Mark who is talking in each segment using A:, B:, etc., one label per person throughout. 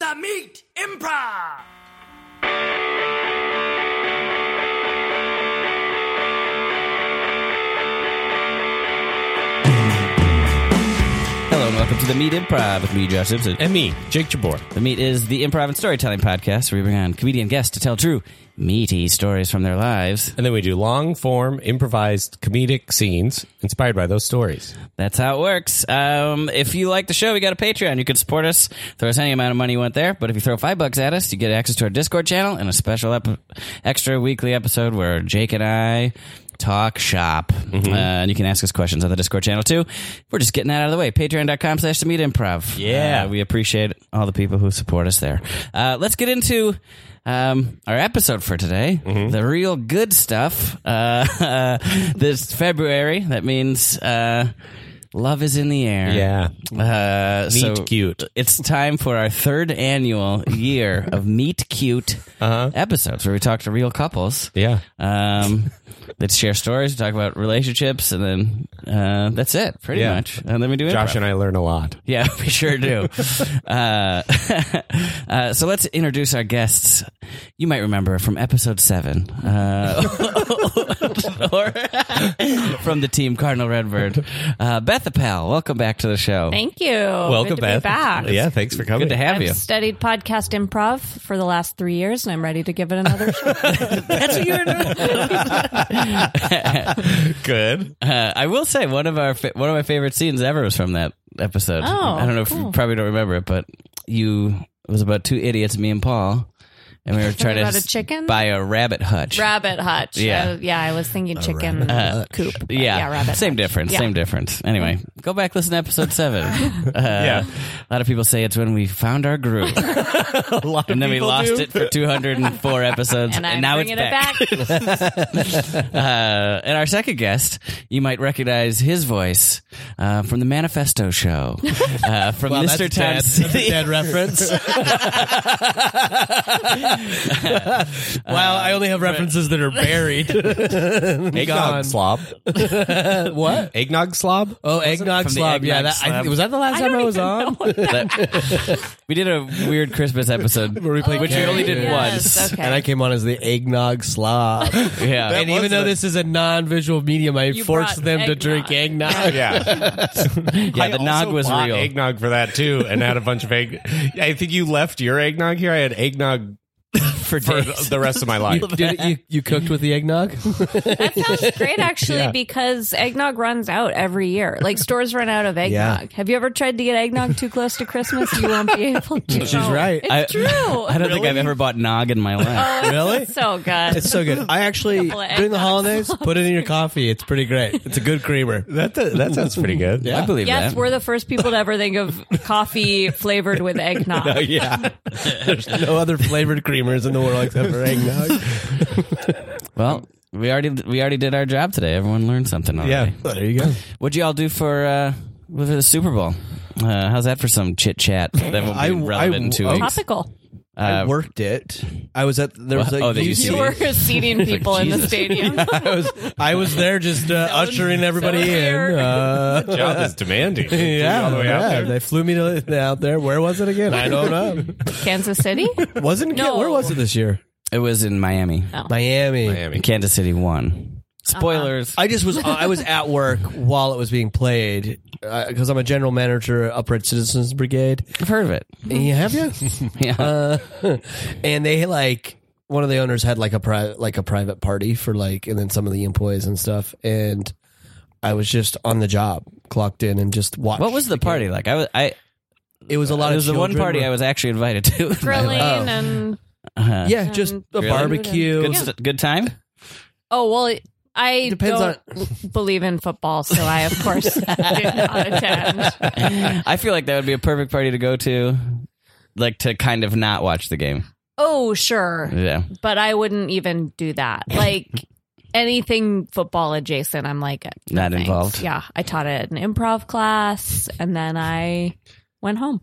A: The Meat Improv.
B: Hello and welcome to the Meat Improv with me, Josh Simpson.
C: And me, Jake Jabor.
B: The Meat is the improv and storytelling podcast where we bring on comedian guests to tell true meaty stories from their lives.
C: And then we do long form, improvised comedic scenes inspired by those stories.
B: That's how it works. Um, if you like the show, we got a Patreon. You can support us. Throw us any amount of money you want there. But if you throw five bucks at us, you get access to our Discord channel and a special ep- extra weekly episode where Jake and I talk shop. Uh, and you can ask us questions on the Discord channel too. We're just getting that out of the way. Patreon.com slash the meat improv.
C: Yeah.
B: Uh, we appreciate all the people who support us there. Uh, let's get into um, our episode for today
C: Mm-hmm.
B: the real good stuff. Uh, this February, that means uh, love is in the air.
C: Yeah.
B: Uh,
C: Meet
B: so
C: cute.
B: It's time for our third annual year of Meet Cute episodes where we talk to real couples.
C: Uh-huh. Yeah.
B: Um, let's share stories, we talk about relationships, and then uh, that's it, pretty
C: Yeah.
B: much. And then we do
C: Josh
B: improv.
C: and I learn a lot.
B: Yeah, we sure do. uh, uh, so let's introduce our guests. You might remember from episode seven, uh, or from the team Cardinal Redbird. Uh, Beth Appel, welcome back to the show.
D: Thank you.
C: Welcome
D: Good to
C: back.
D: Be back.
C: Yeah, thanks for coming.
B: Good to have
D: I've
B: you.
D: studied podcast improv for the last three years, and I'm ready to give it another shot.
B: That's what you're doing.
C: Good.
B: Uh, I will say one of our fa- one of my favorite scenes ever was from that episode.
D: Oh,
B: I don't know if you
D: cool.
B: probably don't remember it, but you it was about two idiots, me and Paul, and we were trying to
D: about a
B: s-
D: chicken?
B: buy a rabbit hutch.
D: rabbit hutch.
B: Yeah.
D: Uh, yeah. I was thinking chicken coop. but
B: Yeah,
D: rabbit.
B: same
D: hutch.
B: difference.
D: Yeah. Mm-hmm.
B: Same difference. Anyway, go back listen to episode seven. Uh,
C: Yeah.
B: a lot of people say it's when we found our groove, and then we lost it for 204 episodes,
D: And
B: and,
D: I'm
B: now it's
D: bringing
B: back.
D: it back.
B: Uh, and our second guest, you might recognize his voice uh, from the Manifesto show, uh, from Mr. Town City.
E: reference. wow, I only have references that are buried.
C: Eggnog
E: Gone.
C: slob.
E: what?
C: Eggnog slob?
E: Oh,
B: from
E: eggnog
B: the
E: slob. Yeah,
B: eggnog
E: that,
B: slob.
E: I, was that the last time I was on?
B: we did a weird Christmas episode
E: Where we played
B: which we only did
D: yes.
B: once.
D: Okay.
E: And I came on as the eggnog slob.
B: Yeah,
E: and even though this is a non-visual medium, I
D: You
E: forced
D: brought
E: them to
D: eggnog.
E: drink eggnog.
C: Yeah.
B: yeah, the nog was
C: bought
B: real.
C: eggnog for that too and had a bunch of egg. I think you left your eggnog here. I had eggnog
B: for
C: for
B: days.
C: the rest of my life.
E: Did it, you, you cooked with the eggnog?
D: that sounds great, actually, because eggnog runs out every year. Like stores run out of eggnog. Have you ever tried to get eggnog too close to Christmas? You won't be able to. She's
E: right.
D: It's
B: I-
D: true. Oh,
B: I don't think I've ever bought nog in my life.
E: really?
D: It's so good.
E: It's so good. I actually
D: Couple of
E: during the
D: eggnog
E: holidays put it in your coffee. It's pretty great. It's a good creamer.
C: That, that sounds pretty good.
B: I believe
D: yes,
B: that.
D: we're the first people to ever think of coffee flavored with eggnog.
C: Yeah.
E: No other flavored creamers in the world except for eggnog.
B: well, we already we already did our job today. Everyone learned something. Already.
C: Yeah.
E: There you go.
B: What'd you all do for uh, for the Super Bowl? Uh, how's that for some chit chat that will
E: I-
B: be relevant in
E: I-
B: two
E: oh.
B: weeks?
D: Topical.
B: Uh,
E: I worked it. I was at there was
B: What?
E: a
B: Oh, that you
E: UC
B: see.
D: You were seating people in the stadium.
E: I was I was there just uh, ushering everybody
D: so
E: in.
D: weird.
E: Uh,
C: Job is demanding.
E: yeah,
C: All the way out
E: yeah,
C: there.
E: they flew me to, out there. Where was it again? I don't know.
D: Kansas City?
E: Wasn't
D: No.
E: where was it this year?
B: it was in Miami.
E: Miami. Uh-huh.
C: Miami.
B: Kansas City won. Spoilers.
E: I just was I was at work while it was being played because I'm a general manager at Upright Citizens Brigade.
B: I've heard of it.
E: Yeah, have you?
B: Yeah.
E: Uh, and they like one of the owners had like a pri- like a private party for like and then some of the employees and stuff and I was just on the job clocked in and just watched
B: what was the party like? I was I.
E: it was a
B: It
E: lot of
B: was the one
E: Uh, children
B: party
E: were-
B: I was actually invited to.
D: Grilling and
E: yeah just a
B: Really?
E: barbecue
B: Good, st- good time.
D: oh well I
E: Depends
D: don't l- believe in football, so I of course did not attend.
B: I feel like that would be a perfect party to go to, like to kind of not watch the game.
D: Oh sure.
B: Yeah.
D: But I wouldn't even do that. Like anything football adjacent, I'm like uh, no
B: Not
D: thanks.
B: involved.
D: Yeah. I taught at an improv class and then I went home.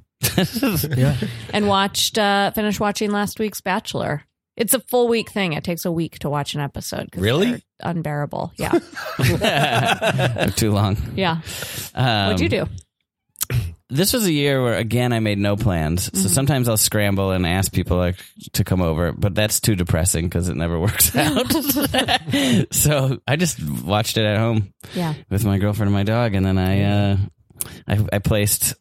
E: yeah
D: and watched uh finished watching last week's bachelor it's a full week thing it takes a week to watch an episode 'cause
C: Really?
D: they're unbearable yeah
B: Too long.
D: yeah
B: Um,
D: what'd you do
B: this was a year where again I made no plans. So sometimes I'll scramble and ask people like to come over, but that's too depressing because it never works out. so I just watched it at home
D: Yeah.
B: with my girlfriend and my dog, and then I uh, I, I placed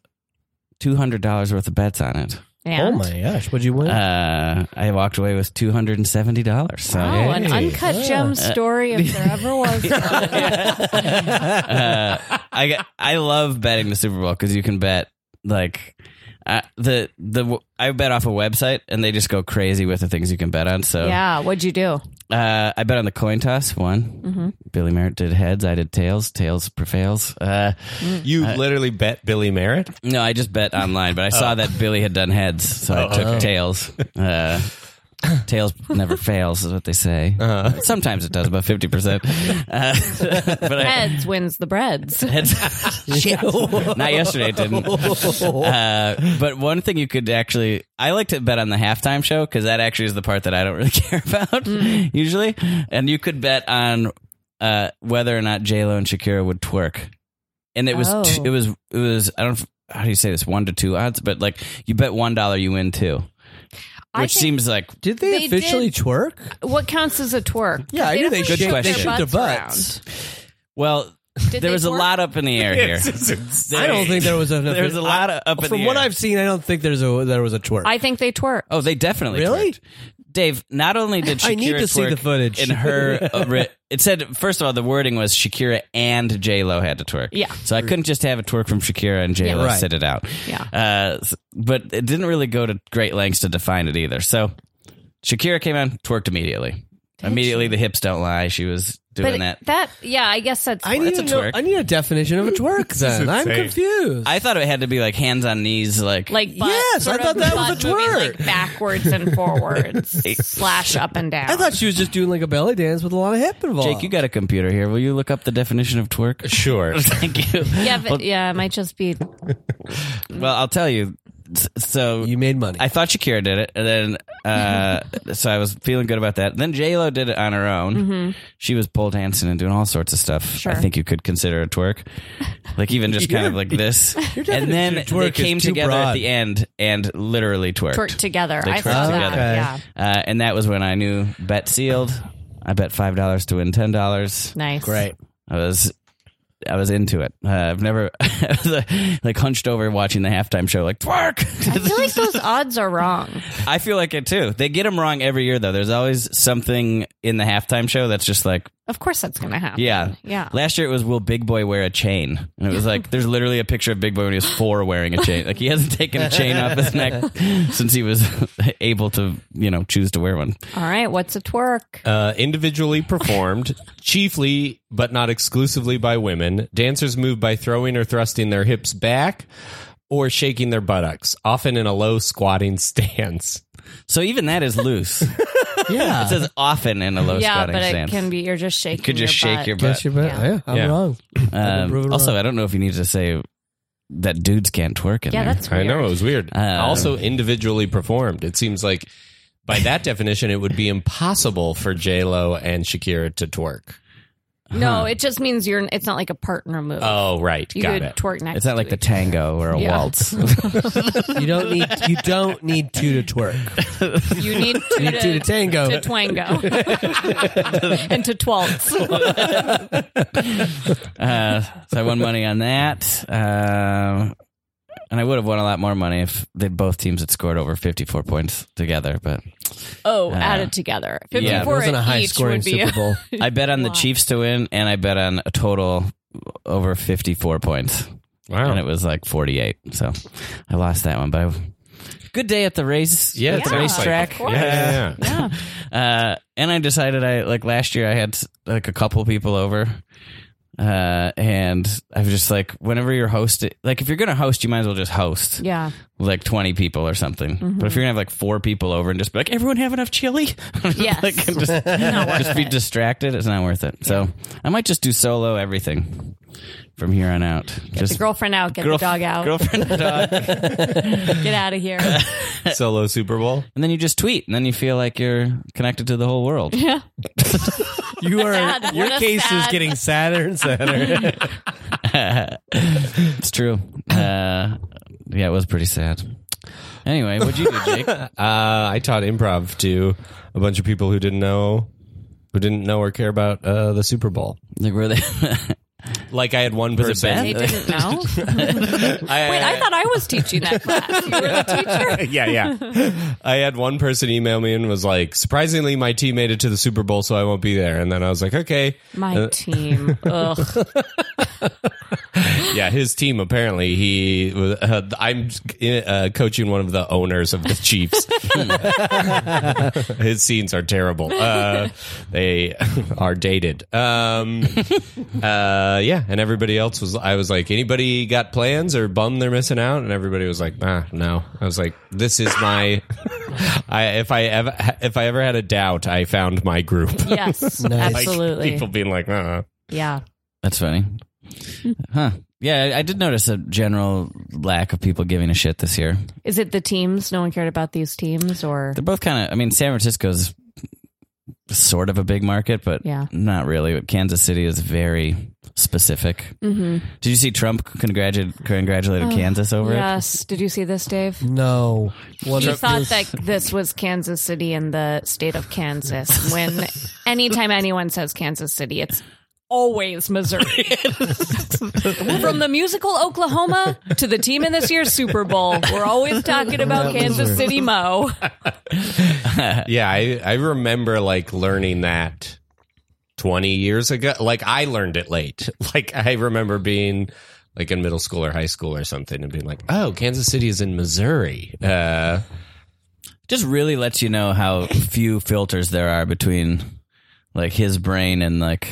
B: two hundred dollars worth of bets on it.
D: Yeah.
E: Oh my gosh, what'd you win?
B: Uh, I walked away with two hundred and seventy dollars. So
D: Wow, Oh, an
E: Hey.
D: uncut gem story if there ever was. one.
B: uh, I got- I love betting the Super Bowl because you can bet like uh, the the I bet off a website and they just go crazy with the things you can bet on. So
D: yeah, what'd you do?
B: uh, I bet on the coin toss one.
D: Mm-hmm.
B: Billy Merritt did heads. I did tails. Tails prevails. Uh,
D: Mm.
C: You literally bet Billy Merritt.
B: no, I just bet online, but I saw that Billy had done heads, so I took tails. Uh, tails never fails is what they say. Sometimes it does, about fifty percent. Uh, but I,
D: Heads wins the breads.
B: Heads. Shit. Not yesterday, it didn't. Uh, but one thing you could actually, I like to bet on the halftime show because that actually is the part that I don't really care about
D: Hmm.
B: usually. And you could bet on uh, whether or not J Lo and Shakira would twerk. And it was,
D: Oh.
B: t- it was, it was, I don't, how do you say this? One to two odds, but like you bet $1 you win two,
D: I
B: which
D: think-
B: seems like
E: did they,
D: they
E: officially
D: did-
E: twerk?
D: What counts as a twerk?
E: Yeah, I knew they
D: don't
E: shook-
D: put
B: they shook
D: their
E: their
D: butts
B: Well,
D: Did
B: there
D: they
B: was a
D: twerk?
B: lot up in the air here.
E: I don't think there was an.
B: There was a lot of up in
E: From
B: the
E: what
B: air.
E: I've seen, I don't think there's a there was a twerk.
D: around. I think they twerk.
B: Oh, they definitely
E: Really?
B: twerked. Dave, not only did Shakira
E: I need to see
B: twerk
E: the footage.
B: in her. uh, ri- it said first of all the wording was Shakira and J Lo had to twerk.
D: Yeah.
B: so I couldn't just have a twerk from Shakira and J Lo
E: Yeah. Right.
B: sit it out.
D: Yeah.
B: uh, s- but it didn't really go to great lengths to define it either. So Shakira came on, twerked immediately. immediately, the hips don't lie. She was doing
D: But
B: that.
D: that. yeah, I guess that's
E: I
D: twerk.
E: need
B: that's
E: to
B: a
E: know,
B: twerk.
E: I need a definition of a twerk. Then I'm
C: insane.
E: confused.
B: I thought it had to be like hands on knees, like
D: like butt,
E: Yes,
D: sort
E: I thought
D: of
E: that was
D: butt
E: a
D: moving,
E: twerk.
D: like backwards and forwards, slash up and down.
E: I thought she was just doing like a belly dance with a lot of hip involved.
B: Jake. You got a computer here? Will you look up the definition of twerk?
C: Sure.
B: Thank you.
D: yeah, but, yeah, it might just be
B: Well, I'll tell you. S- So
E: You made money.
B: I thought Shakira did it, and then uh, so I was feeling good about that. Then J Lo did it on her own.
E: Mm-hmm.
B: She was pole dancing and doing all sorts of stuff.
D: Sure.
B: I think you could consider a twerk, like even just kind of
E: Your-
B: like this.
E: definition
B: And then
E: of twerk
B: they
E: is
B: came
E: too
B: together at
E: broad.
B: the end and literally twerked.
D: twerk together.
B: They
D: I
B: twerked
D: saw that.
B: together.
D: Yeah,
B: Uh, and that was when I knew bet sealed. I bet five dollars to win ten dollars.
D: nice.
E: Great.
B: I was I was into it. Uh, I've never I was, uh, like hunched over watching the halftime show like twerk.
D: I feel like those odds are wrong.
B: I feel like it too. They get them wrong every year though. There's always something in the halftime show that's just like
D: Of course, that's going to happen.
B: yeah.
D: yeah.
B: Last year it was will Big Boy wear a chain? And it was like there's literally a picture of Big Boy when he was 4 wearing a chain. Like he hasn't taken a chain off his neck since he was able to, you know, choose to wear one.
D: All right, what's a twerk?
C: uh, individually performed, chiefly but not exclusively by women. Dancers move by throwing or thrusting their hips back or shaking their buttocks, often in a low squatting stance.
B: So even that is loose. it
E: Yeah.
B: says often in a low
D: Uh-huh. yeah,
B: squatting
D: but it
B: stance.
D: can be you're just shaking.
B: you could just
D: your
B: shake
D: butt.
B: your butt.
E: Guess you bet.
D: Yeah.
E: Yeah, I'm
C: Yeah.
E: wrong.
B: Um,
E: prove it
B: also,
E: wrong.
B: I don't know if you need to say that dudes can't twerk in
D: Yeah,
B: there.
D: that's weird.
C: I know it was weird. Um,
B: Uh,
C: also individually performed. It seems like by that definition, it would be impossible for J Lo and Shakira to twerk.
D: No, it just means you're. It's not like a partner move.
C: Oh, right,
D: you
C: got
D: could
C: it.
D: twerk next.
B: it's not
D: to
B: like the
D: each-
B: tango or a
D: Yeah.
B: waltz.
E: You don't need you don't need two to twerk.
D: you need two
E: You need two
D: to,
E: to tango.
D: to twango and to twaltz.
B: uh, so I won money on that. Um, and I would have won a lot more money if they both teams had scored over 54 points together. But
D: Oh, added together,
B: yeah,
E: Uh, it
D: fifty-four
E: wasn't a high
D: each
E: scoring
D: would be.
E: Super Bowl.
B: I bet on the Chiefs to win, and I bet on a total over 54 points.
C: Wow.
B: And it was like 48. So I lost that one. But I, good day at the race.
C: yeah,
B: at the
C: it sounds like-
B: racetrack.
C: Yeah, yeah, yeah.
B: uh, and I decided I like last year I had like a couple people over. Uh, and I was just like, whenever you're hosting, like if you're gonna host, you might as well just host
D: Yeah,
B: like 20 people or something. But if you're gonna have like four people over and just be like, everyone have enough chili,
D: Yes.
B: like, and just, just be distracted, it's not worth it. So I might just do solo everything from here on out.
D: the
B: just
D: girlfriend out, get
B: girl-
D: the dog out,
B: girlfriend, and dog.
D: get out of here.
C: Solo Super Bowl.
B: and then you just tweet, and then you feel like you're connected to the whole world.
D: Yeah,
E: You are
D: Sad. What
E: your
D: a
E: case is
D: sad-
E: getting sadder and sadder.
B: It's true. Uh, Yeah, it was pretty sad. Anyway, what'd you do, Jake?
C: Uh, I taught improv to a bunch of people who didn't know, who didn't know or care about uh, the Super Bowl.
B: like, were they?
C: Like I had one
B: it
C: person.
D: They didn't know. Wait, I thought I was teaching that class. You were the teacher.
C: yeah, yeah. I had one person email me and was like, "Surprisingly, my team made it to the Super Bowl, so I won't be there." And then I was like, "Okay,
E: Uh,
D: My team. Ugh.
C: yeah." His team apparently he was. Uh, I'm uh, coaching one of the owners of the Chiefs. His scenes are terrible. Uh, they are dated. Um, uh, yeah, and everybody else was. I was like, anybody got plans or bum they're missing out? And everybody was like, ah, no. I was like, this is my. I if I ever if I ever had a doubt, I found my group.
D: Yes,
E: Nice.
C: Like,
D: absolutely.
C: people being like, uh
D: yeah.
B: That's funny.
D: Hmm.
B: Huh. Yeah, I- I did notice a general lack of people giving a shit this year.
D: Is it the teams? No one cared about these teams, or
B: They're both kind of. I mean, San Francisco's sort of a big market, but
D: Yeah.
B: not really. But Kansas City is very specific. Mm-hmm. Did you see Trump congratulated congratulated Kansas over it?
D: yes. Did you see this, Dave?
E: No. What
D: You
E: is
D: thought
E: this?
D: that this was Kansas City and the state of Kansas. When anytime anyone says Kansas City, it's always Missouri. From the musical Oklahoma to the team in this year's Super Bowl, we're always talking about Kansas City Mo.
C: Yeah, I, I remember like learning that 20 years ago. Like I learned it late. Like I remember being like in middle school or high school or something and being like, oh, Kansas City is in Missouri. Uh,
B: Just really lets you know how few filters there are between like his brain and like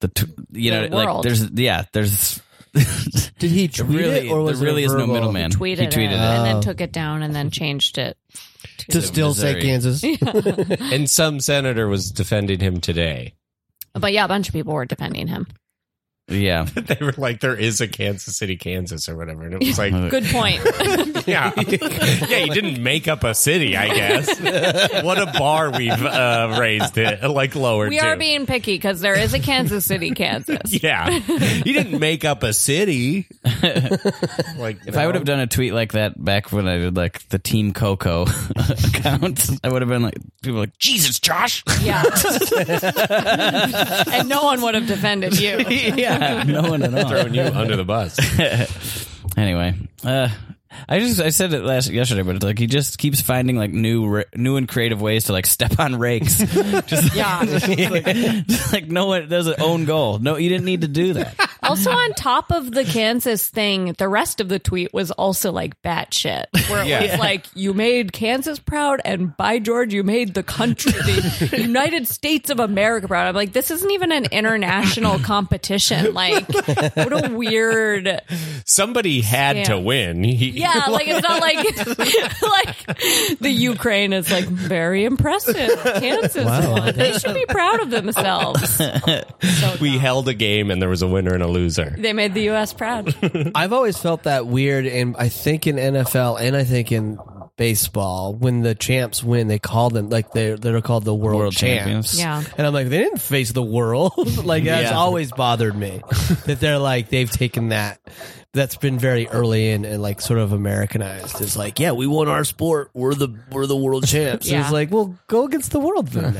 B: the t- you know
D: The
B: like
D: world.
B: there's yeah there's
E: Did he tweet
B: really
E: it or
B: there
E: was
B: really
E: it a
B: is no
E: verbal?
B: middleman.
D: Tweeted,
B: he tweeted it.
D: it, and then took it down and then changed it.
E: To still say
B: Missouri.
E: Kansas.
C: and some senator was defending him today.
D: But yeah, a bunch of people were defending him.
B: Yeah,
C: They were like, there is a Kansas City, Kansas or whatever. And it was like,
D: Good point.
C: yeah. yeah, you didn't make up a city, I guess. what a bar we've uh, raised it, like lowered
D: We are
C: to.
D: being picky because there is a Kansas City, Kansas.
C: Yeah. You didn't make up a city. like
B: If I would have done a tweet like that back when I did like the Team Coco account, I would have been like, people were like, Jesus, Josh.
D: Yeah. and no one would have defended you.
B: yeah, no one at all.
C: thrown you under the bus.
B: Anyway, uh, I just I said it last yesterday, but it's like he just keeps finding like new ra- new and creative ways to like step on rakes. just,
D: Yeah.
B: like, just like no one there's an own goal. No, you didn't need to do that.
D: Also, on top of the Kansas thing, the rest of the tweet was also like batshit, where it was like, you made Kansas proud, and by George, you made the country, the United States of America proud. I'm like, this isn't even an international competition. Like, what a weird.
C: Somebody had
D: Yeah.
C: to win. He-
D: Yeah, like it's not like like the Ukraine is like very impressive. Kansas, won. they should be proud of themselves.
C: we held a game and there was a winner and a loser.
D: They made the U.S. proud.
E: I've always felt that weird, and I think in NFL and I think in baseball, when the champs win, they call them like they're they're called the world,
B: World
E: champs.
B: champions.
D: Yeah.
E: and I'm like they didn't face the world. like that's
B: Yeah.
E: always bothered me that they're like they've taken that. That's been very early in and like sort of Americanized. It's like yeah, we won our sport. We're the we're the world champs.
D: Yeah.
E: It's like well, go against the world then.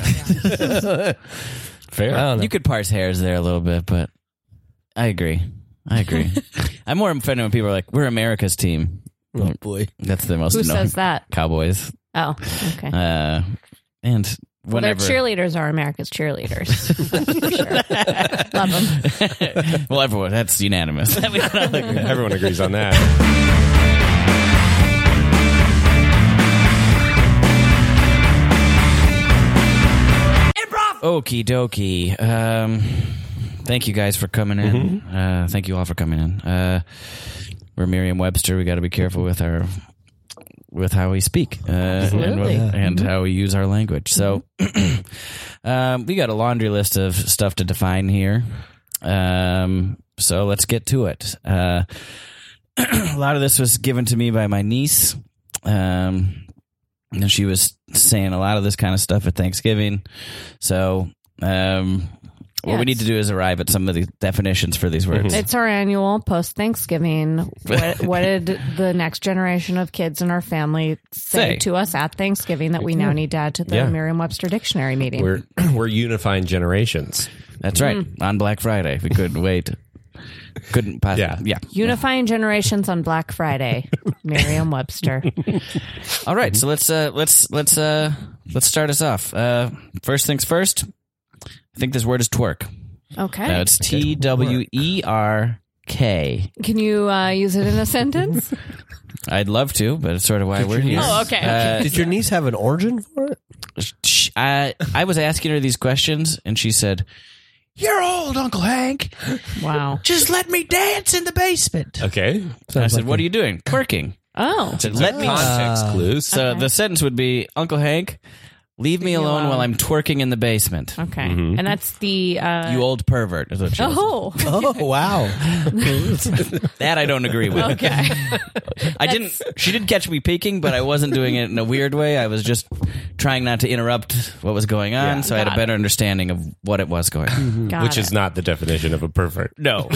C: Fair.
E: don't know.
B: You could parse hairs there a little bit, but I agree. I agree. I'm more offended when people are like, "We're America's team."
E: oh boy,
B: That's the most
D: Who
B: annoying.
D: says that?
B: Cowboys.
D: Oh, okay.
B: Uh, and
D: Well, their
B: whenever.
D: cheerleaders are America's cheerleaders. For sure. Love them.
B: well, everyone, that's unanimous.
C: Everyone agrees on that.
A: Improv!
B: Okie dokie. Um, thank you guys for coming in. Uh, thank you all for coming in. Uh, we're Merriam Webster. We got to be careful with our. With how we speak uh, and, what-
D: Absolutely.
B: and how we use our language. So, um, we got a laundry list of stuff to define here. Um, so, let's get to it. Uh, a lot of this was given to me by my niece. Um, and she was saying a lot of this kind of stuff at Thanksgiving. So, um, What we
D: Yes.
B: need to do is arrive at some of the definitions for these words.
D: It's our annual post Thanksgiving. What, what did the next generation of kids in our family say,
B: Say.
D: to us at Thanksgiving that we now need to add to the
C: Yeah.
D: Merriam-Webster dictionary meeting?
C: We're we're unifying generations.
B: That's right.
D: Mm.
B: On Black Friday, we couldn't wait. Couldn't pass.
C: Yeah.
B: yeah.
D: Unifying generations on Black Friday, Merriam-Webster.
B: All right, so let's uh, let's let's uh, let's start us off. Uh, first things first. I think this word is twerk. Uh,
D: Okay,
B: it's T W E R K.
D: can you uh, use it in a sentence?
B: I'd love to, but it's sort of why we're here. Uh,
D: Oh, okay, okay.
E: Did your niece have an origin for it?
B: sh- I I was asking her these questions, and she said,
A: You're old, Uncle Hank.
D: Wow.
A: Just let me dance in the basement.
C: Okay.
B: "I said, what are you doing? Twerking."
D: Oh,
B: I said, "Let me."
C: Context clues.
B: So the sentence would be, "Uncle Hank, leave me alone,
D: alone.
B: while I'm twerking in the basement."
D: okay, and that's the uh,
B: You old pervert. is what she was.
D: oh.
E: Oh wow!
B: That I don't agree with.
D: Okay.
B: I didn't. She did catch me peeking, but I wasn't doing it in a weird way. I was just trying not to interrupt what was going on, so I had a
D: Got it.
B: better understanding of what it was going.
E: Mm-hmm.
B: on.
D: Got
C: Which
D: it.
C: is not the definition of a pervert.
B: No,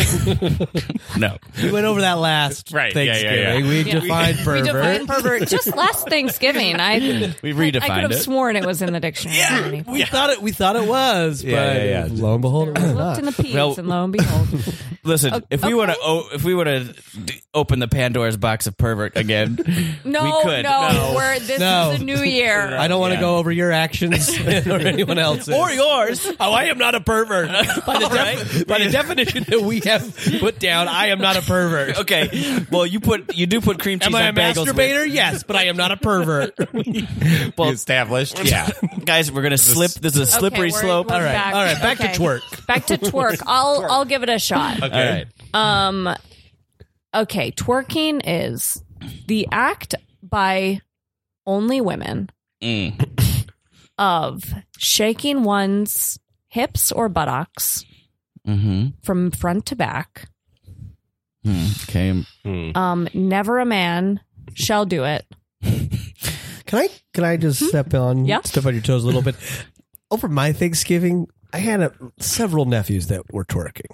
B: no.
E: we went over that last
C: Right, yeah, yeah, yeah.
E: Thanksgiving. We
D: Yeah.
E: defined pervert.
D: We defined pervert just last Thanksgiving. I
B: We
D: I could
B: redefined
D: have
B: it.
D: sworn it was in the dictionary. already.
E: We thought it. We thought it was, but
C: Yeah, yeah, yeah.
E: lo and behold, it was
D: Looked
E: not.
D: in the peas,
B: Well-
D: and lo and behold,
B: Listen, if we
D: okay.
B: want to, o- if we want to d- open the Pandora's box of pervert again,
D: no,
B: we could.
D: no, We're, this
E: No.
D: is the new year.
E: I don't want to
B: Yeah.
E: go over your actions or anyone else's.
B: or yours.
E: oh, I am not a pervert. By the, def- by the definition that we have put down, I am not a pervert.
B: Okay. Well, you put you do put cream cheese
E: Am I a
B: on bagels. with-
E: masturbator? Yes, but I am not a pervert.
C: Well, established. Yeah.
B: Guys, we're gonna slip. This is a
D: Okay,
B: slippery
D: we're-
B: slope.
D: we're
E: All right,
D: back.
E: all right, back to
D: Okay.
E: twerk.
D: Back to twerk. I'll I'll give it a shot.
B: All right.
D: Um, okay, twerking is the act by only women
B: Mm.
D: of shaking one's hips or buttocks
B: Mm-hmm.
D: from front to back.
B: Okay.
D: Um, never a man shall do it.
E: Can I can I just step on
D: Mm-hmm. Yeah.
E: step on your toes a little bit? Over my Thanksgiving, I had a, several nephews that were twerking.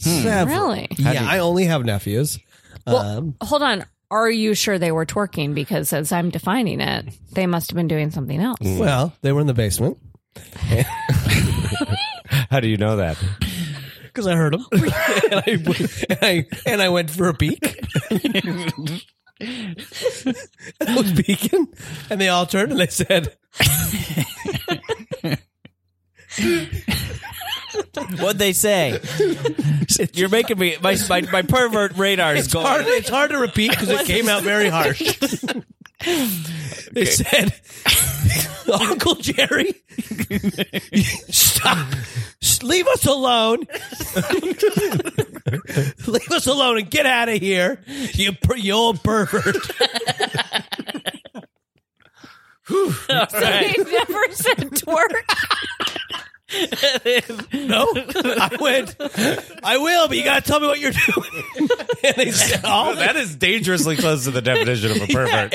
E: Several.
D: Really?
E: Yeah, I only have nephews. um,
D: Hold on. Are you sure they were twerking? Because as I'm defining it, they must have been doing something else.
E: well, they were in the basement
C: How do you know that?
E: because I heard them, and, I, and I and I went for a peek. I was peeking, and they all turned and they said,
B: What'd they say? You're making me my my, my pervert radar is going.
E: hard, it's hard to repeat because it came out very harsh. they said, Uncle Jerry, stop. S- Leave us alone. Leave us alone and get out of here, you, per- you old pervert.
D: So they never said twerk.
E: No, I went, I will, but you got to tell me what you're doing. and they said, all
C: That is dangerously close to the definition of a pervert.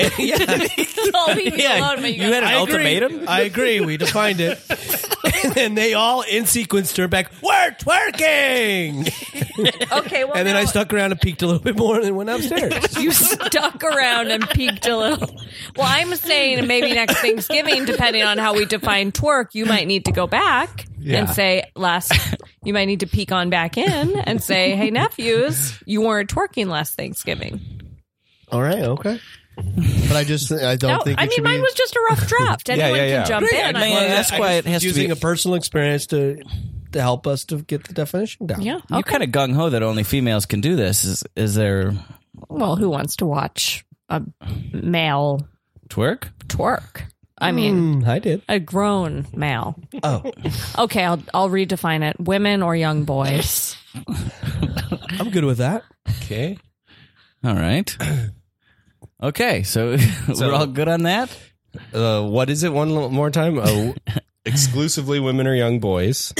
D: I'll leave you alone, but you,
B: you had an
E: I
B: ultimatum.
E: Agree. I agree. We defined it. and then they all in sequence turned back, we're twerking.
D: Okay, well,
E: And then I
D: now-
E: stuck around and peeked a little bit more and then went upstairs.
D: You stuck around and peeked a little. Well, I'm saying maybe next Thanksgiving, depending on how we define twerk, you might need to go back and say last. You might need to peek on back in and say, "Hey nephews, you weren't twerking last Thanksgiving."
E: all right, okay. But I just I don't
D: No, I mean mine was just a rough draft. Anyone
C: yeah, yeah.
D: can jump
B: Great,
D: in.
B: I mean,
D: I-
B: that's why it has to
E: using
B: be-
E: a personal experience to to help us to get the definition down.
D: yeah.
B: You
D: okay.
B: kind of gung ho that only females can do this. Is is there
D: Well, who wants to watch a male
B: twerk?
D: twerk? I mean,
E: Mm, I did.
D: a grown male.
E: Oh,
D: Okay, I'll I'll redefine it. Women or young boys.
E: I'm good with that.
C: Okay.
B: All right. Okay, so,
C: So-
B: we're all good on that.
C: Uh, what is it one l- more time? Oh, exclusively women or young boys.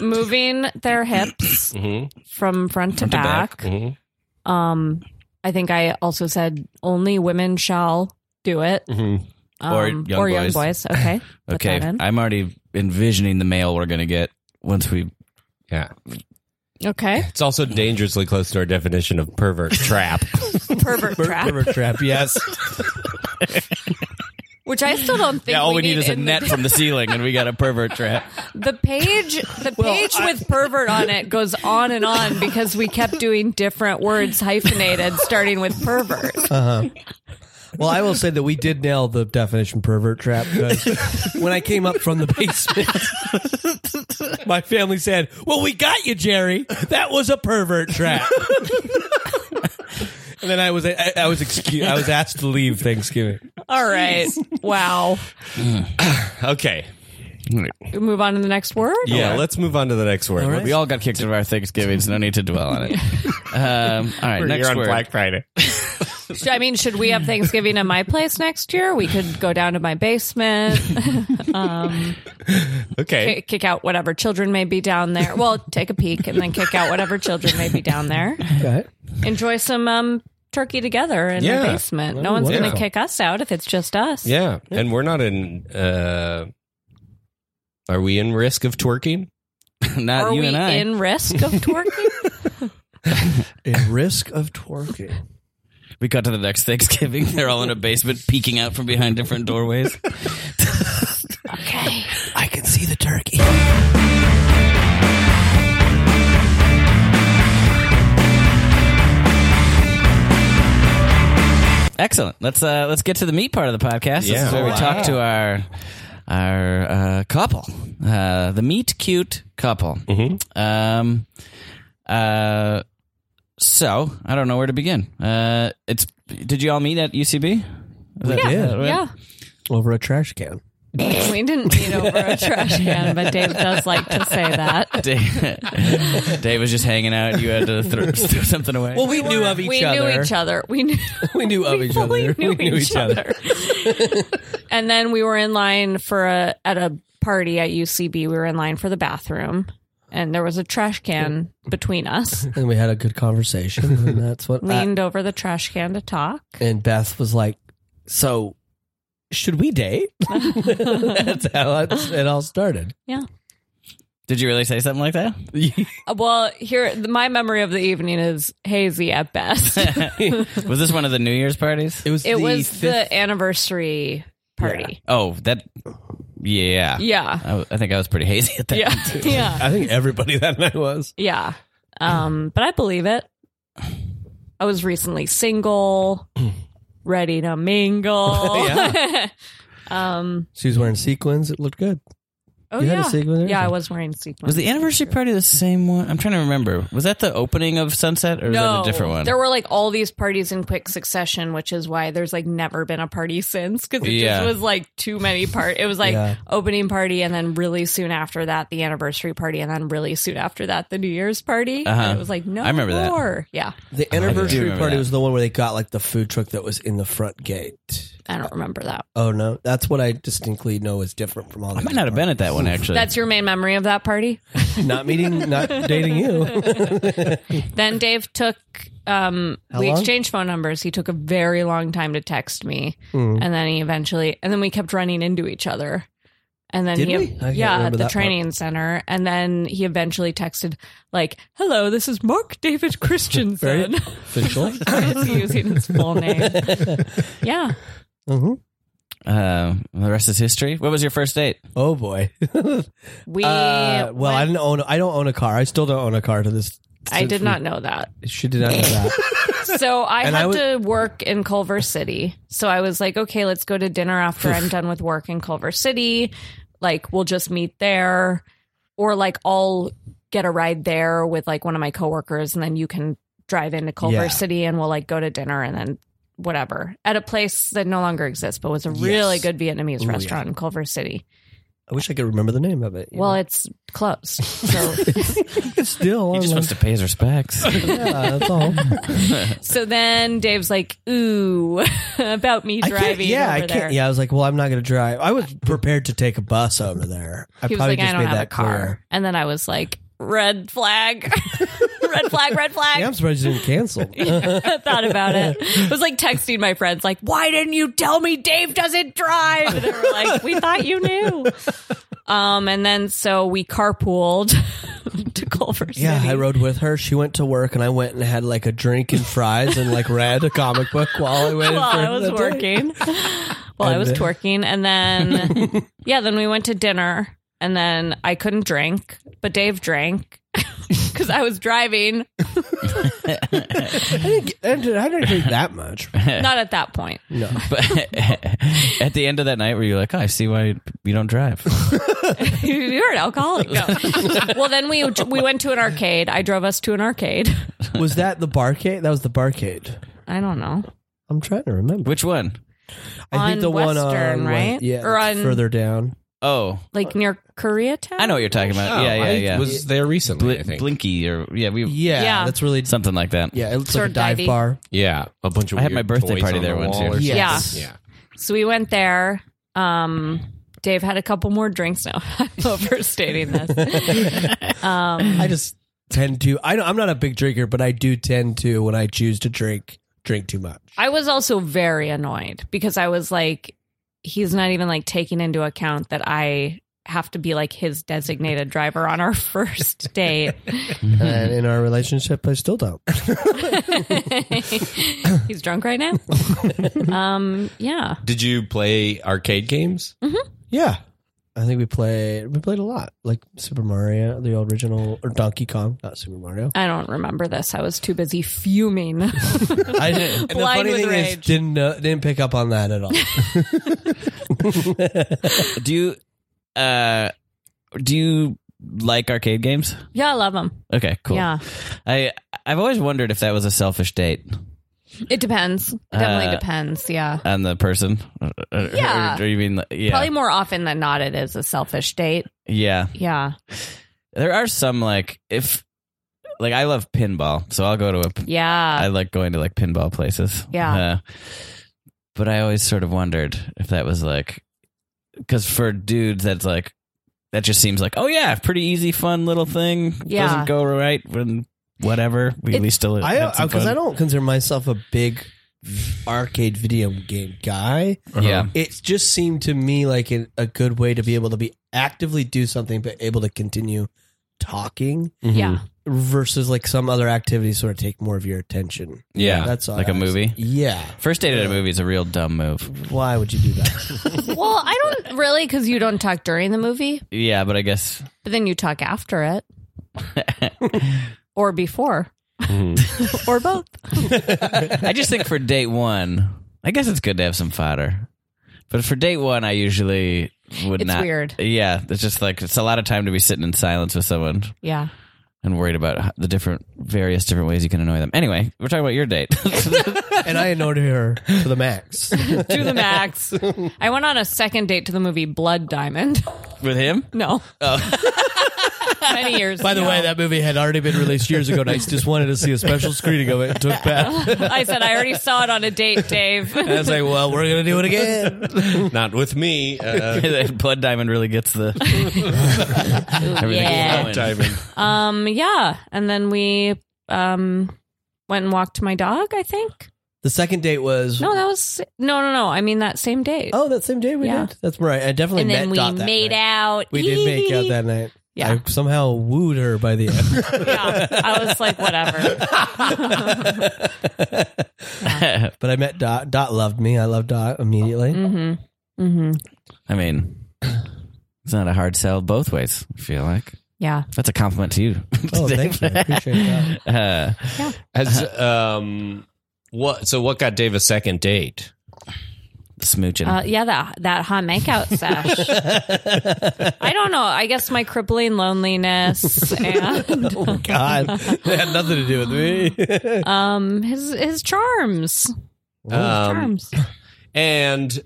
D: Moving their hips
B: Mm-hmm.
D: from front to back.
C: Mhm.
D: Um, I think I also said only women shall do it. Um,
B: Mm-hmm. Or young
D: or young
B: boys.
D: boys. Okay. Put
B: Okay,
D: that in.
B: I'm already envisioning the mail we're gonna get once we
C: Yeah.
D: Okay.
C: It's also dangerously close to our definition of pervert trap.
D: Pervert trap,
E: River trap, yes.
D: which I still don't think.
B: Yeah, all we need, is a
D: in
B: net
D: the-
B: from the ceiling, and we got a pervert trap.
D: The page, the page with pervert on it goes on and on because we kept doing different words hyphenated, starting with pervert.
E: Well, I will say that we did nail the definition pervert trap because when I came up from the basement, my family said, Well, we got you, Jerry. That was a pervert trap. and then I was I, I was excused, I was asked to leave Thanksgiving.
D: All right. Wow.
C: okay.
D: We move on to the next word.
C: Yeah, let's move on to the next word.
B: We all got kicked out of our Thanksgivings. No need to dwell on it. Um, all right,
C: We're
B: next
C: here on
B: word.
C: Black Friday.
D: Should- I mean, should we have Thanksgiving at my place next year? We could go down to my basement,
C: Okay.
D: ki- kick out whatever children may be down there. Well, take a peek and then kick out whatever children may be down there.
E: Okay.
D: Enjoy some um, turkey together in
C: Yeah.
D: the basement. No one's going
C: wonderful.
D: to kick us out if it's just us.
C: Yeah. And we're not in uh are we in risk of twerking?
B: Not
D: Are
B: you
D: we
B: and I.
D: in risk of twerking?
E: A risk of twerking.
B: we cut to the next Thanksgiving. They're all in a basement, peeking out from behind different doorways.
D: okay.
E: I can see the turkey.
B: Excellent. Let's uh, let's get to the meat part of the podcast. This
C: Yeah.
B: is where we
C: Wow.
B: talk to our our uh, couple, uh, the meat cute couple. Mm-hmm. Um, uh, so I don't know where to begin. Uh, it's did you all meet at UCB?
D: Yeah.
E: did.
D: Yeah.
E: Over a trash can.
D: We didn't meet over a trash can, but Dave does like to say that.
B: Dave, Dave was just hanging out. You had to throw, throw something away.
E: Well, we, knew of each
D: we
E: other.
D: knew each other. We knew
E: We knew of each
D: fully
E: other.
D: Knew
E: We knew
D: each,
E: each other.
D: other. and then we were in line for a at a party at UCB. We were in line for the bathroom, and there was a trash can between us.
E: And we had a good conversation, and that's what. I-
D: Leaned over the trash can to talk.
E: and Beth was like, "So, should we date?" that's how it, it all started.
D: Yeah.
B: did you really say something like that?
D: Uh, Well, here my memory of the evening is hazy at best.
B: was this one of the New Year's parties?
E: It was
D: It
E: the
D: was
E: fifth.
D: the anniversary party.
B: Oh, that. Yeah.
D: Yeah.
B: I, I think I was pretty hazy
E: Uh,
B: at that.
D: Yeah. Yeah.
E: I think everybody that night was.
D: Yeah. Um, but I believe it. I was recently single, ready to mingle. um,
E: She was wearing sequins. It looked good.
D: oh,
E: You
D: yeah.
E: had a sequin there?
D: yeah, I was wearing sequins.
B: Was the anniversary party the same one? I'm trying to remember. Was that the opening of Sunset or was
D: no,
B: that a different one?
D: There were like all these parties in quick succession, which is why there's like never been a party since because it
B: Yeah.
D: just was like too many part. It was like
E: Yeah.
D: opening party, and then really soon after that the anniversary party, and then really soon after that the New Year's party.
B: Uh-huh.
D: And it was like no
B: I remember that.
D: more. Yeah,
E: The
B: do
E: anniversary
B: remember
E: party
B: that.
E: was the one where they got like the food truck that was in the front gate.
D: I don't remember that.
E: Oh no, that's what I distinctly know is different from all.
B: I might not have been at that one actually.
D: That's your main memory of that party.
E: not meeting, not dating you.
D: Then Dave took. Um, we
E: long?
D: exchanged phone numbers. He took a very long time to text me,
E: Mm.
D: and then he eventually, and then we kept running into each other. And then
E: Did
D: he,
E: we? I can't
D: yeah, at
E: remember
D: the
E: that part.
D: training center. And then he eventually texted, like, "Hello, this is Mark David Christensen."
E: Officially,
D: He's using his full name. Yeah,
B: Uh, the rest is history. What was your first date?
E: oh boy.
D: we.
E: Uh, well, I don't own. I don't own a car. I still don't own a car to this.
D: I did not know that.
E: She did not know that.
D: So I
E: And
D: had
E: I was-
D: to work in Culver City. So I was like, okay, let's go to dinner after I'm done with work in Culver City. Like, we'll just meet there, or like, I'll get a ride there with like one of my coworkers, and then you can drive into Culver
E: Yeah.
D: City, and we'll like go to dinner, and then whatever at a place that no longer exists, but was a really
E: Yes.
D: good Vietnamese
E: Ooh,
D: restaurant in Culver City.
E: I wish I could remember the name of it. you
D: Well,
E: know.
D: it's closed. So.
E: it's still.
B: You're
E: online.
B: just supposed to pay his respects.
E: yeah, that's all.
D: So then Dave's like, "Ooh, about me
E: I can't,
D: driving
E: yeah,
D: over
E: I can't.
D: there."
E: Yeah, I was like, well, I'm not going to drive. I was prepared to take a bus over there. I
D: he was
E: probably
D: like,
E: just
D: "I don't
E: made
D: have
E: that
D: a car,"
E: clear.
D: and then I was like, "Red flag, red flag, red flag."
E: Yeah, I'm surprised you didn't cancel.
D: I thought about it. I was like texting my friends, like, "Why didn't you tell me Dave doesn't drive?" And they were like, "We thought you knew." Um, and then so we carpooled to Culver City.
E: Yeah, I rode with her. She went to work, and I went and had like a drink and fries, and like read a comic book while I waited
D: while
E: for
D: I was
E: the day.
D: working. While I was
E: And, uh,
D: twerking. And then, yeah, then we went to dinner. And then I couldn't drink, but Dave drank because I was driving.
E: I didn't, I didn't, I didn't drink that much.
D: Not at that point.
E: No,
B: But at the end of that night, were you like, oh, I see why you don't drive?
D: You're an alcoholic. No. well, then we we went to an arcade. I drove us to an arcade.
E: was that the barcade? That was the barcade.
D: I don't know.
E: I'm trying to remember.
B: Which one?
E: I
D: on
E: think the one
D: Western,
E: on
D: right?
E: yeah,
D: Or
E: that's
D: on-
E: further down.
B: Oh,
D: Like near Koreatown?
B: I know what you're talking about. yeah, yeah,
C: Oh, I
B: yeah.
C: Was there recently? I
B: Bl-
C: think.
B: Blinky or yeah, we
E: Yeah,
D: Yeah.
E: that's really
B: something like that.
E: yeah. It looks
D: Sort
E: like a
D: of
E: dive
D: divey.
E: bar.
C: yeah, a bunch of.
B: I had
C: weird
B: my birthday
C: toys
B: party
C: on
B: there
C: the
B: once,
C: wall
B: yeah.
C: or something.
E: Yes.
C: Yeah.
D: So we went there. Um, Dave had a couple more drinks now. I'm overstating this. um,
E: I just tend to. I know I'm not a big drinker, but I do tend to when I choose to drink, drink too much.
D: I was also very annoyed because I was like, he's not even like taking into account that I have to be like his designated driver on our first date. Mm-hmm.
E: and in our relationship, I still don't.
D: he's drunk right now. Um, yeah.
C: Did you play arcade games?
E: Yeah. I think we played we played a lot. Like Super Mario, the original or Donkey Kong, not Super Mario.
D: I don't remember this. I was too busy fuming.
E: I didn't. And the
D: Blind
E: funny
D: with
E: thing is,
D: rage.
E: didn't uh, didn't pick up on that at all.
B: Do you uh do you like arcade games?
D: yeah, I love him.
B: Okay, cool.
D: Yeah.
B: I I've always wondered if that was a selfish date
D: It depends. It definitely
B: Uh,
D: depends. Yeah.
B: on the person. Or- or-
D: Yeah.
B: Or, you mean yeah.
D: Probably more often than not, it is a selfish date.
B: yeah.
D: Yeah.
B: There are some like if like I love pinball, so I'll go to a p- I
D: Yeah.
B: like going to like pinball places.
D: Yeah.
B: Uh, but I always sort of wondered if that was like, because for dudes, that's like, that just seems like, oh yeah, pretty easy, fun little thing.
D: Yeah.
B: Doesn't go right when whatever. We at
D: It-
B: least still.
E: I
B: had some
E: because
B: fun.
E: I don't consider myself a big arcade video game guy.
B: Yeah.
E: It just seemed to me like a, a good way to be able to be actively do something, but able to continue talking
D: Yeah.
E: versus like some other activities sort of take more of your attention.
B: Yeah.
E: that's all
B: Like a
E: I was-
B: movie?
E: Yeah,
B: First date at a movie is a real dumb move.
E: why would you do that?
D: Well, I don't really because you don't talk during the movie,
B: Yeah, but I guess
D: but then you talk after it or before or both.
B: I just think for date one, I guess it's good to have some fodder. But for date one, I usually would
D: It's
B: not.
D: weird.
B: Yeah, it's just like it's a lot of time to be sitting in silence with someone.
D: Yeah.
B: and worried about h- the different, various different ways you can annoy them. Anyway, we're talking about your date.
E: and I annoyed her to the max.
D: To the max. I went on a second date to the movie Blood Diamond.
B: With him?
D: No. Many years
E: By the way, that movie had already been released years ago, and I just wanted to see a special screening of it and took back.
D: I said, I already saw it on a date, Dave.
E: I was like, well, we're going to do it again.
C: Not with me. Uh,
B: Blood Diamond really gets the everything
D: Yeah.
B: going.
C: Diamond.
D: Um, yeah. And then we um went and walked my dog, I think.
E: The second date was.
D: No, that was no no no. I mean that same date.
E: Oh, that same day we
D: Yeah.
E: did. That's right. I definitely
D: and then
E: met
D: we
E: Dot that
D: made
E: night.
D: out.
E: We did make out that night.
D: Yeah.
E: I somehow wooed her by the end.
D: yeah. I was like, whatever.
E: but I met Dot. Dot loved me. I loved Dot immediately.
D: Mm-hmm. Mm-hmm.
B: I mean, it's not a hard sell both ways, I feel like.
D: Yeah.
B: That's a compliment to you.
E: Oh, thank you. I appreciate that.
B: Uh,
C: Has um what? So what got Dave a second date?
B: smooching.
D: Uh, yeah, that that hot makeout sesh. I don't know. I guess my crippling loneliness and
E: Oh, God. It had nothing to do with me.
D: um his his charms.
C: Um,
D: Charms.
C: and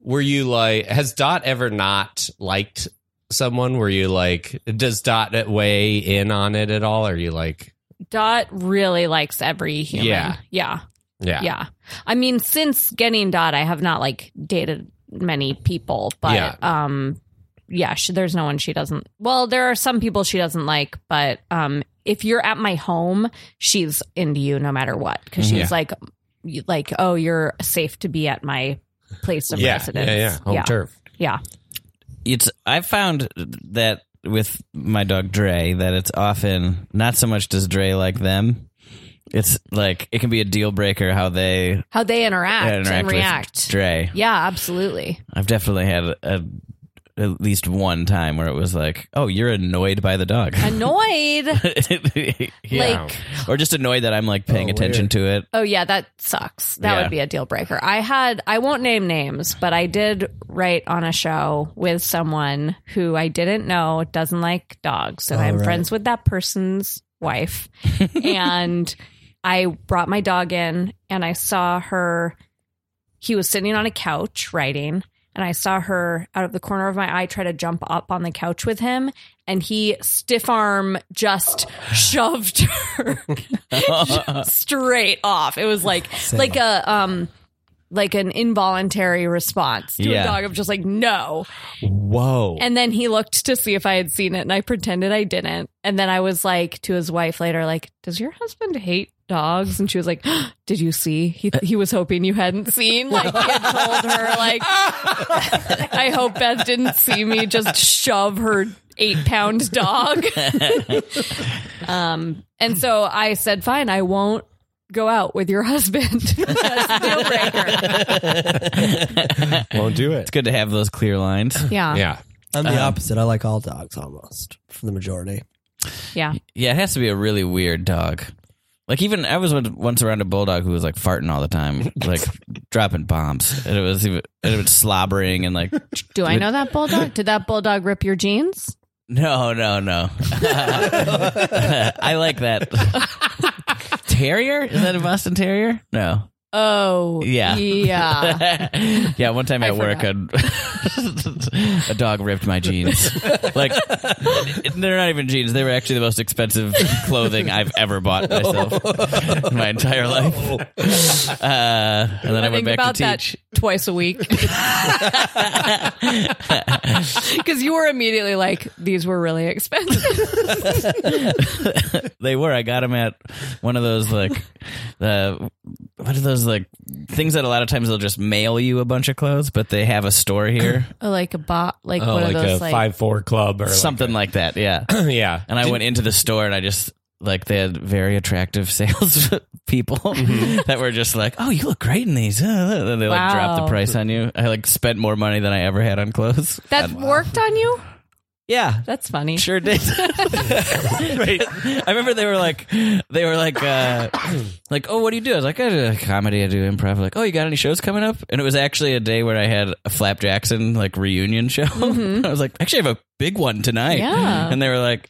C: were you like? Has Dot ever not liked someone? Were you like? Does Dot weigh in on it at all? Are you like?
D: Dot really likes every human.
C: Yeah.
D: Yeah.
C: Yeah.
D: yeah. I mean, since getting Dot, I have not like dated many people, but
C: Yeah.
D: um, yeah, she, there's no one she doesn't. Well, there are some people she doesn't like, but um, if you're at my home, she's into you no matter what because she's
C: Mm-hmm. Yeah.
D: like, you- like, oh, you're safe to be at my place of
C: Yeah. Yeah.
D: residence.
C: yeah. Home
D: yeah,
C: turf.
D: yeah.
B: it's I found that with my dog Dre that it's often not so much does Dre like them. It's like it can be a deal breaker how they
D: How they interact,
B: interact
D: and
B: with
D: react.
B: Dre.
D: Yeah, absolutely.
B: I've definitely had a, at least one time where it was like, "Oh, you're annoyed by the dog,"
D: Annoyed.
B: yeah.
D: Like-
B: or just annoyed that I'm like paying attention to it.
D: Oh yeah, that sucks. That
B: Yeah.
D: would be a deal breaker. I had I won't name names, but I did write on a show with someone who I didn't know doesn't like dogs. So I'm
E: right.
D: friends with that person's wife. and I brought my dog in and I saw her he was sitting on a couch writing and I saw her out of the corner of my eye try to jump up on the couch with him and he stiff arm just shoved her straight off. It was like like a um like an involuntary response to
B: Yeah.
D: a dog of just like no.
C: Whoa.
D: And then he looked to see if I had seen it and I pretended I didn't. And then I was like to his wife later like, "Does your husband hate dogs?" And she was like, "Did you see? He he was hoping you hadn't seen." Like he had told her like I hope Beth didn't see me just shove her eight pound dog. um, and so I said, fine, I won't go out with your husband. That's deal breaker.
C: Won't do it.
B: It's good to have those clear lines.
D: Yeah.
C: Yeah.
E: I'm the opposite. I like all dogs almost for the majority.
D: Yeah.
B: Yeah, it has to be a really weird dog. Like even I was on- once around a bulldog who was like farting all the time, like dropping bombs, and it was even and it was slobbering and like
D: Do I know that bulldog? Did that bulldog rip your jeans?
B: no, no, no. I like that terrier. Is that a Boston Terrier? No.
D: Oh,
B: Yeah.
D: Yeah.
B: yeah, one time at work,
D: forgot.
B: a, a dog ripped my jeans. Like, they're not even jeans. They were actually the most expensive clothing I've ever bought myself in my entire life. Uh, and then I,
D: I,
B: went
D: think
B: back
D: about
B: to teach.
D: that twice a week. Because you were immediately like, these were really expensive.
B: They were. I got them at one of those, like, the. What are those like things that a lot of times they'll just mail you a bunch of clothes, but they have a store here,
D: like a bot, like
C: Oh,
D: one
C: like
D: of those
C: a
D: like
C: five four club or
B: something like that. Yeah,
C: Like, yeah.
B: And I went into the store and I just like they had very attractive sales people that were just like, "Oh, you look great in these." Uh, And they like dropped the
D: Wow.
B: price on you. I like spent more money than I ever had on clothes.
D: that worked on you.
B: Yeah.
D: That's funny.
B: Sure did. Right. I remember they were like, they were like, uh, like, oh, what do you do? I was like, I do comedy, I do improv. Like, oh, you got any shows coming up? And it was actually a day where I had a Flap Jackson like reunion show. I was like, actually, I have a big one tonight.
D: Mm-hmm. Yeah.
B: And they were like,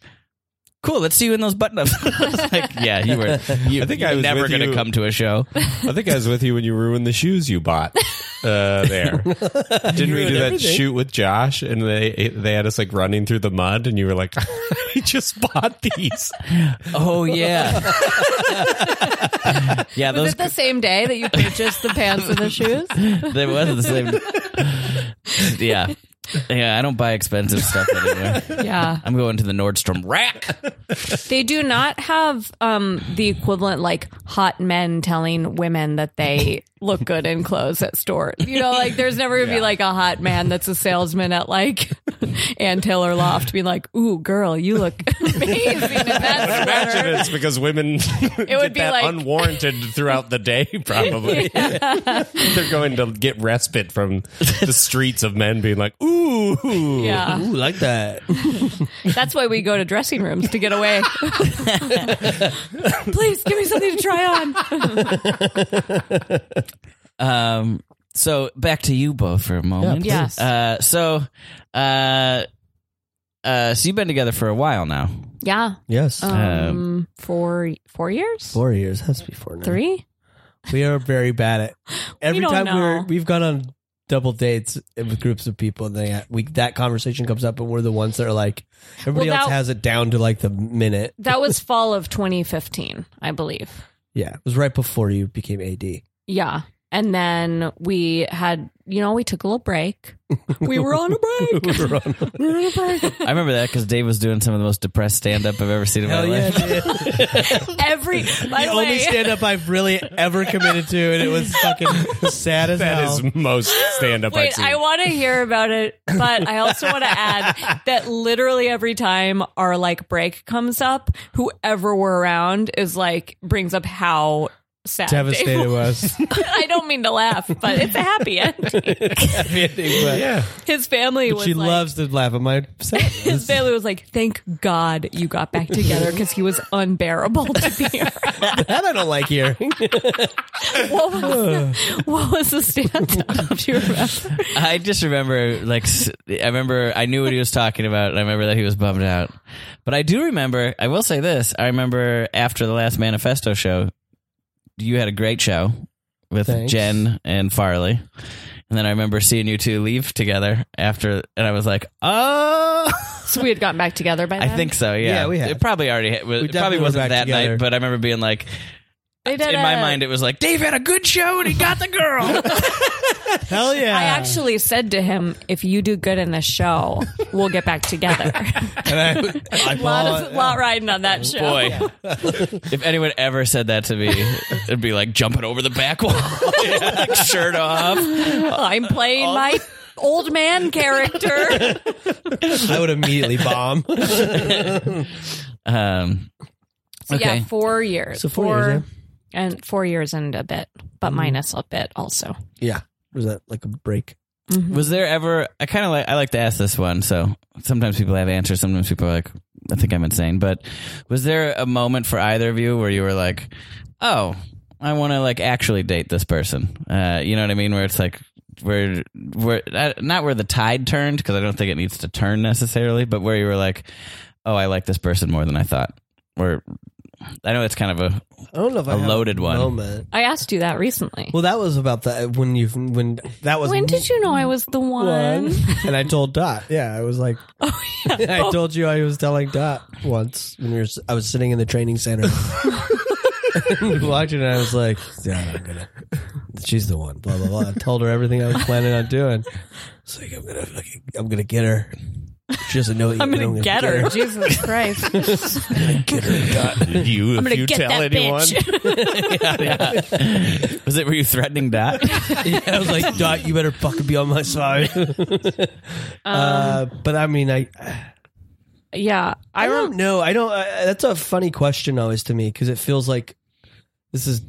B: cool, let's see you in those button ups. like, yeah, you were. You,
C: I think
B: you
C: I
B: were
C: was
B: never
C: with
B: going to
C: you.
B: come to a show.
C: I think I was with you when you ruined the shoes you bought. Uh, there. Didn't we do that shoot with Josh and they they had us like running through the mud and you were like, I just bought these.
B: Oh yeah, yeah.
D: Was
B: Those
D: it the same day that you purchased the pants and the shoes?
B: They was the same. yeah. Yeah, I don't buy expensive stuff anymore.
D: Yeah.
B: I'm going to the Nordstrom rack.
D: They do not have um, the equivalent like hot men telling women that they look good in clothes at stores. You know, like there's never gonna be like a hot man that's a salesman at like Ann Taylor Loft being like, "Ooh, girl, you look amazing." in that
C: Imagine
D: sweater."
C: it's because women it
D: would be
C: that
D: like-
C: unwarranted throughout the day, probably. They're going to get respite from the streets of men being like, ooh.
D: Yeah,
E: Ooh, like that.
D: that's why we go to dressing rooms to get away. Please give me something to try on.
B: Um, so back to you both for a moment.
D: Yeah, please. Yes.
B: Uh, so, uh, uh, so you've been together for a while now.
D: Yeah,
E: Yes.
D: um, four four years,
E: four years. Has to be four now.
D: three.
E: We are very bad at every
D: don't
E: time
D: know.
E: we're we've gone on double dates with groups of people and they we that conversation comes up and we're the ones that are like everybody
D: Well,
E: else
D: that-
E: has it down to like the minute.
D: That was fall of 2015, I believe.
E: Yeah, it was right before you became AD.
D: Yeah. And then we had, you know, we took a little break. We were on a break.
E: We're on-
D: we were on a break.
B: I remember that because Dave was doing some of the most depressed stand up I've ever seen in my
E: Hell yeah,
B: life.
E: dude.
D: Every, by
E: the
D: the
E: only
D: way,
E: stand up I've really ever committed to, and it was fucking sad as
C: That
E: hell.
C: is most stand up I've
D: Wait,
C: seen.
D: I want to hear about it, but I also want to add that literally every time our like break comes up, whoever we're around is like brings up how sad they
E: Devastated
D: were.
E: was.
D: I don't mean to laugh, but it's a happy end.
E: yeah.
D: His family was
E: She
D: like,
E: loves to laugh at my
D: His
E: sadness.
D: family was like, "Thank God you got back together because he was unbearable to be around."
E: that I don't like hearing.
D: What was the, what was the stand up? Do you remember?
B: I just remember, like, s- I remember I knew what he was talking about, and I remember that he was bummed out. But I do remember, I will say this I remember after the last manifesto show, you had a great show with
E: Thanks.
B: Jen and Farley. And then I remember seeing you two leave together after, and I was like, oh.
D: So we had gotten back together by then.
B: I think so. Yeah,
E: Yeah, we had.
B: It probably already it was,
E: We
B: it probably
E: definitely were
B: wasn't
E: back
B: that
E: together.
B: night, but I remember being like,
D: They did
B: in my
D: it.
B: mind, it was like Dave had a good show and he got the girl.
E: Hell yeah.
D: I actually said to him, "If you do good in the show, we'll get back together."
E: And I, I
D: lot
E: follow-
D: of lot riding on that show.
B: Oh, Boy, if anyone ever said that to me, it'd be like jumping over the back wall, like shirt off.
D: I'm playing my old man character.
E: I would immediately bomb.
B: Um,
D: So
B: Okay.
D: Yeah, four years.
E: So four years,
D: and four years and a bit, but
B: Mm-hmm.
D: minus a bit also.
E: yeah. Was that like a break?
B: was there ever? I kind of like. I like to ask this one. So sometimes people have answers. Sometimes people are like, "I think I'm insane." But was there a moment for either of you where you were like, "Oh, I want to like actually date this person"? Uh, you know what I mean? Where it's like. Where, where, uh, not where the tide turned because I don't think it needs to turn necessarily, but where you were like, "Oh, I like this person more than I thought," or I know it's kind of a
E: I don't know if I
B: A
E: have
B: loaded one.
E: Moment.
D: I asked you that recently.
E: Well, that was about the when you when that was
D: when did you know I was the one?
E: one, and I told Dot. Yeah, I was like,
D: Oh yeah.
E: I told you I was telling Dot once when we were, I was sitting in the training center. we were watching it, and I was like, yeah, I'm gonna, she's the one, blah, blah, blah. I told her everything I was planning on doing. It's like, I'm gonna, fucking- I'm gonna get her. She doesn't know that
D: I'm
E: you know
D: gonna get her. Jesus Christ. I'm
C: you, if
D: gonna
C: you
D: get
C: tell
D: that
C: anyone.
D: bitch.
B: was it were you threatening Dot?
E: Yeah, I was like, Dot, you better fucking be on my side.
D: Um,
E: uh, but I mean, I,
D: yeah.
E: I don't know. I don't. Uh, that's a funny question always to me because it feels like this is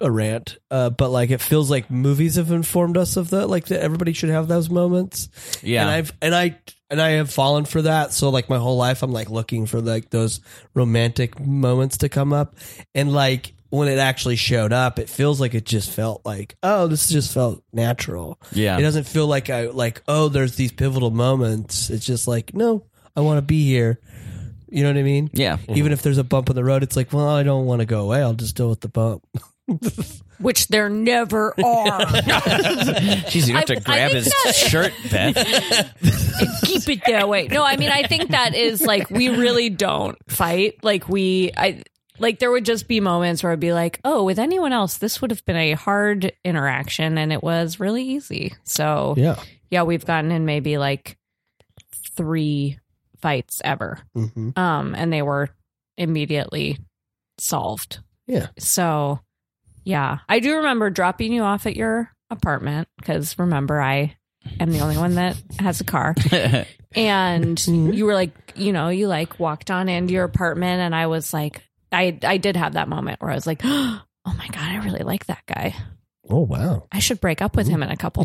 E: a rant, uh, but like it feels like movies have informed us of that. Like that everybody should have those moments.
B: Yeah.
E: and I've and I and I have fallen for that. So like my whole life, I'm like looking for like those romantic moments to come up, and like when it actually showed up, it feels like it just felt like oh, this just felt natural.
B: Yeah.
E: It doesn't feel like I like oh, there's these pivotal moments. It's just like no, I want to be here. You know what I mean?
B: Yeah. Mm-hmm.
E: Even if there's a bump in the road, it's like, well, I don't want to go away. I'll just deal with the bump.
D: Which there never are.
B: Jeez, you have
D: I-
B: to
D: I
B: grab
D: think
B: his
D: that-
B: shirt, Beth.
D: keep it that way. No, I mean, I think that is like we really don't fight. Like we, I like there would just be moments where I'd be like, oh, with anyone else, this would have been a hard interaction, and it was really easy. So yeah, we've gotten in maybe like three fights ever,
E: hmm
D: um, and they were immediately solved.
E: Yeah.
D: So yeah, I do remember dropping you off at your apartment because remember I. am the only one that has a car and
E: Mm-hmm.
D: you were like you know you like walked on into your apartment and i was like i i did have that moment where i was like oh my god i really like that guy
E: Oh wow!
D: i should break up with him in a couple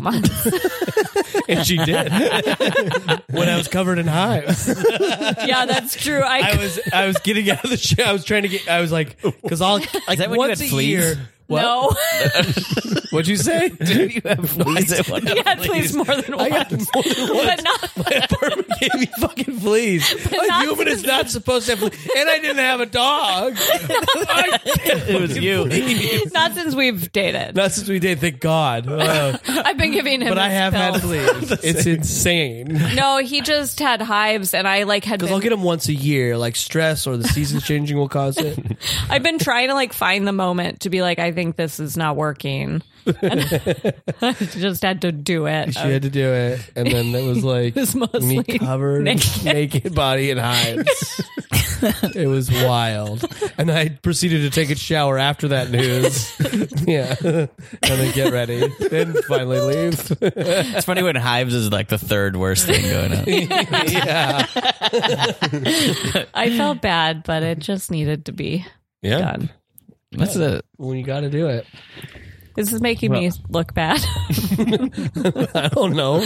D: months
E: Mm-hmm. And she did when I was covered in hives.
D: yeah that's true i,
E: I was I was getting out of the show. I was trying to get. I was like, because I'll like
B: that when you
E: once
B: had
E: a
B: fleas?
E: year. What?
D: no
E: What'd you say?
B: Did you have fleas at one
D: yeah please more than
E: I
D: one
E: got more than one.
D: but not
E: My apartment gave me fucking fleas.
D: not
E: A human is not supposed to have fleas, and I didn't have a dog.
B: It was you.
D: not since we've dated
E: Not since we did. Thank God. Uh,
D: i've been giving him
E: but I
D: his
E: have had
D: pills.
E: fleas. It's insane.
D: no he just had hives and i like had
E: Because I'll
D: been-
E: get them once a year, like stress or the seasons changing will cause it.
D: I've been trying to like find the moment to be like, I think this is not working. just had to do it.
E: She had to do it, and then it was like
D: It's mostly
E: me covered in
D: naked.
E: naked body and hides. it was wild, and I proceeded to take a shower after that news. yeah, and then get ready, then finally leave.
B: It's funny when hives is like the third worst thing going on.
E: yeah,
D: I felt bad, but it just needed to be
C: Yeah.
D: done.
B: That's a
E: well, you got to do it.
D: This is making me look bad.
E: I don't know.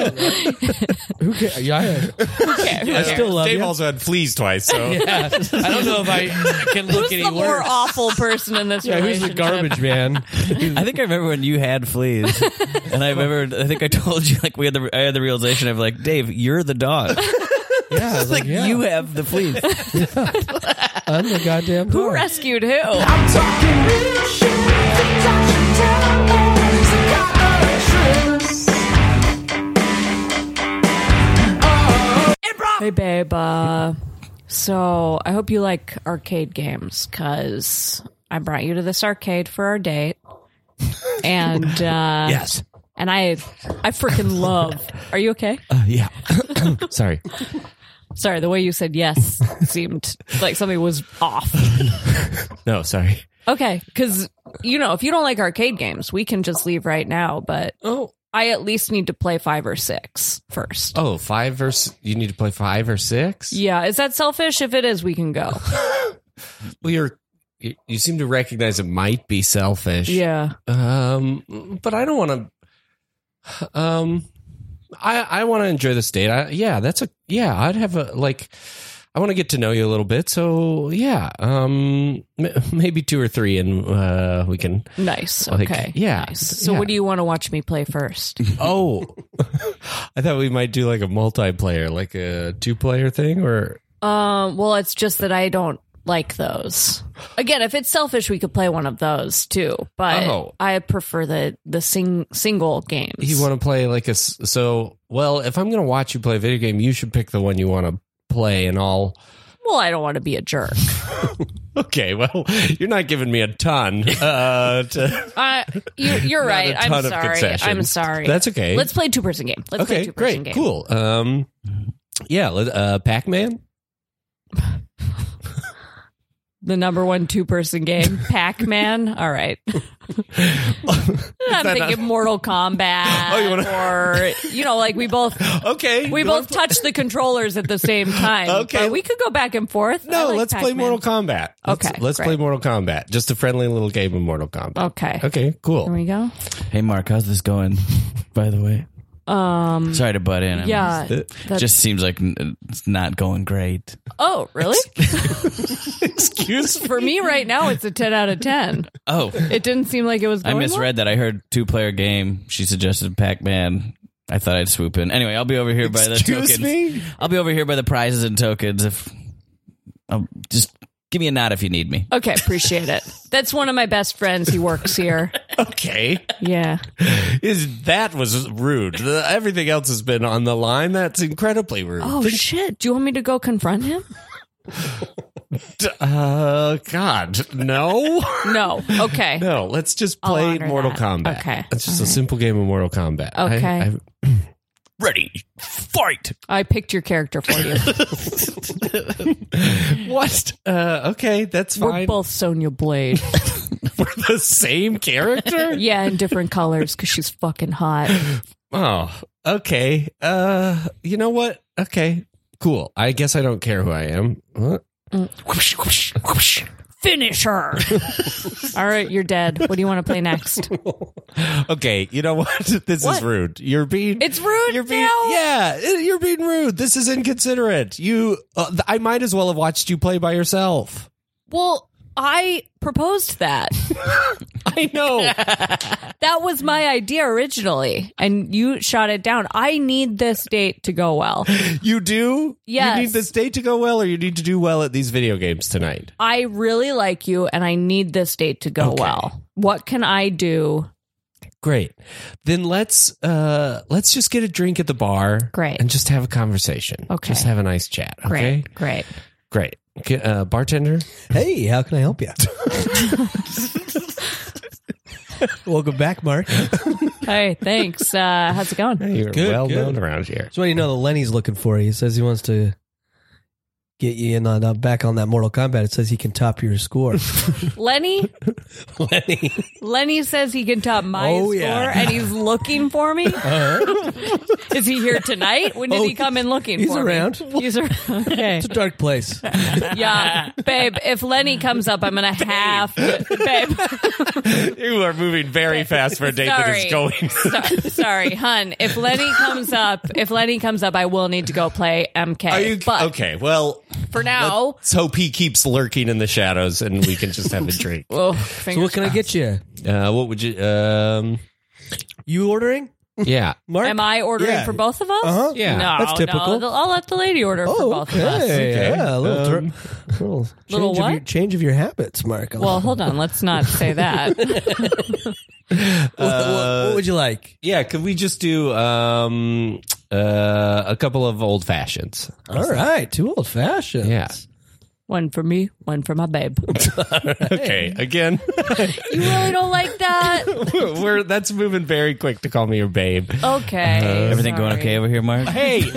E: Who cares? Yeah, I- I still love
C: Dave
E: you.
C: also had fleas twice, so
E: yeah, I don't know if I can look
D: Who's
E: any
D: the more
E: worse.
D: awful person in this
E: Yeah, who's
D: relationship?
E: the garbage man?
B: I think I remember when you had fleas, and I remember. I think I told you like we had the I had the realization of like Dave, you're the dog.
E: Yeah, I was like,
B: Like
E: yeah,
B: you have the fleas.
E: I'm the goddamn.
D: Who
E: dog.
D: rescued who?
F: I'm talking real shit. The touch and tell is a goddess.
D: Hey, babe. Uh, so I hope you like arcade games because I brought you to this arcade for our date. And uh,
A: Yes.
D: and I I freaking love. Are you okay?
C: yeah. Sorry.
D: Sorry, the way you said yes seemed like something was off.
C: No, sorry.
D: Okay, because you know if you don't like arcade games, we can just leave right now. But
C: Oh,
D: I at least need to play five or six first.
C: oh, five or s- you need to play five or six.
D: Yeah, is that selfish? If it is, we can go.
C: Well, you're you, you seem to recognize it might be selfish.
D: Yeah.
C: Um, but I don't want to. Um, I I want to enjoy this date. I, yeah, that's a yeah. I'd have a like. I want to get to know you a little bit. So yeah. Um, m- maybe two or three, and uh, we can.
D: Nice.
C: Like,
D: Okay.
C: yeah.
D: Nice. So,
C: Yeah.
D: what do you want to watch me play first?
C: Oh, I thought we might do like a multiplayer, like a two-player thing, or
D: um. Well, it's just that I don't like those. Again, if it's selfish, we could play one of those too. But
C: Oh.
D: I prefer the the sing single games.
C: you want to play like a s- so. Well, if I'm gonna watch you play a video game, you should pick the one you want to play, and I'll.
D: well, I don't want to be a jerk.
C: Okay, well, you're not giving me a ton. Uh, to,
D: Uh, you, you're right.
C: a
D: I'm
C: ton of
D: sorry.
C: concessions.
D: I'm sorry.
C: That's okay.
D: Let's play two person game. Let's play
C: okay,
D: two person
C: great,
D: game.
C: cool. Um, yeah, let- uh, Pac Man.
D: The number one two person game, Pac Man. All right. I'm thinking Mortal Kombat
C: Oh, you
D: or you know, like we both
C: Okay,
D: we
C: you
D: both
C: wanna
D: touch the controllers at the same time.
C: Okay.
D: but we could go back and forth.
C: play- No,
D: I like
C: let's play
D: Pac-Man.
C: Mortal Kombat. Let's,
D: Okay,
C: let's
D: great.
C: play Mortal Kombat. Just a friendly little game of Mortal Kombat.
D: Okay.
C: Okay,
D: Here
C: cool.
D: we go.
B: Hey Mark, how's this going? By the way,
D: Um.
B: sorry to butt in. I mean,
D: Yeah.
B: it
D: That,
B: just seems like n- it's not going great.
D: oh, really?
C: Excuse me.
D: For me, right now, it's a ten out of ten.
B: Oh,
D: It didn't seem like it was.
B: I
D: Going
B: misread that. I heard two player game. She suggested Pac Man. I thought I'd swoop in. Anyway, I'll be over here by the
C: Excuse
B: tokens.
C: me.
B: I'll be over here by the prizes and tokens. If I'll just give me a nod if you need me.
D: Well. Okay, appreciate it. That's one of my best friends. He works here.
C: Okay,
D: Yeah.
C: is that was rude. The- everything else has been on the line. That's incredibly rude.
D: Oh shit! Do you want me to go confront him?
C: Uh, God, no.
D: No. Okay.
C: No, let's just
D: I'll
C: play
D: honor
C: Mortal
D: that.
C: Kombat.
D: Okay.
C: It's just
D: All
C: a simple game of Mortal Kombat. I-
D: Okay.
C: I-
A: Ready. Fight.
D: I picked your character for you.
C: what? Uh, okay, that's
D: We're
C: fine.
D: both Sonya Blade.
C: We're the same character?
D: yeah, in different colors because she's fucking hot.
C: Oh, okay. Uh, you know what? Okay, cool. I guess I don't care who I am. What?
A: Whoosh, whoosh, whoosh.
D: Finish her. All right, you're dead. What do you want to play next?
C: Okay, you know what? this is
D: What?
C: rude. You're being.
D: It's rude
C: You're being,
D: now.
C: yeah, eh, you're being rude. This is inconsiderate. You, uh, th- I might as well have watched you play by yourself.
D: Well, I proposed that.
C: I know.
D: That was my idea originally, and you shot it down. I need this date to go well.
C: You do?
D: Yes.
C: You need this date to go well, or you need to do well at these video games tonight.
D: I really like you, and I need this date to go
C: Okay.
D: well. What can I do?
C: Great. Then let's uh let's just get a drink at the bar.
D: Great.
C: And just have a conversation.
D: Okay.
C: Just have a nice chat. Okay.
D: Great, great.
C: Great. Great. Uh, bartender.
E: Hey, how can I help you? Welcome back, Mark.
D: Hey, thanks. Uh, how's it going?
C: You're
E: Good,
C: well
E: good.
C: known around here.
E: So what do you know that Lenny's looking for? He says he wants to get you in on uh, back on that Mortal Kombat. It says he can top your score.
D: Lenny?
E: Lenny.
D: Lenny says he can top my
E: Oh,
D: score
E: yeah. Uh-huh.
D: and he's looking for me. Is he here tonight? When did
E: Oh,
D: he come in looking
E: he's
D: for me?
E: around.
D: He's around. Okay.
E: It's a dark place.
D: Yeah. Babe, if Lenny comes up, I'm going to have to. Babe.
C: You are moving very fast for a date that is
D: Sorry.
C: going.
D: So- sorry, hun. If Lenny comes up, if Lenny comes up, I will need to go play MK.
C: Are you
D: but
C: okay? Well,
D: for now,
C: let's hope he keeps lurking in the shadows, and we can just have a drink.
D: oh,
E: So
D: fingers
E: what can I get you?
C: Uh, what would you? Um,
E: You ordering?
C: yeah,
E: Mark?
D: Am I ordering
E: Yeah.
D: for both of us?
E: Uh-huh.
C: Yeah.
D: No,
E: That's typical.
D: No, I'll let the lady order for
E: Oh,
D: both of us.
E: okay. Yeah, a little, tur-
C: Um,
E: little, change,
D: Little
E: Of your,
D: what?
E: change of your habits, Mark.
D: Well, hold on. Let's not say that.
E: what, what- what would you like?
C: yeah. Could we just do um, uh, a couple of old fashions?
E: All right, two old fashioned.
C: Uh, Yeah.
D: one for me, one for my babe.
C: Okay. Again,
D: You really don't like that?
C: we're that's moving very quick to call me your babe.
D: Okay.
B: Everything going
D: sorry.
B: okay over here, Mark?
C: Hey,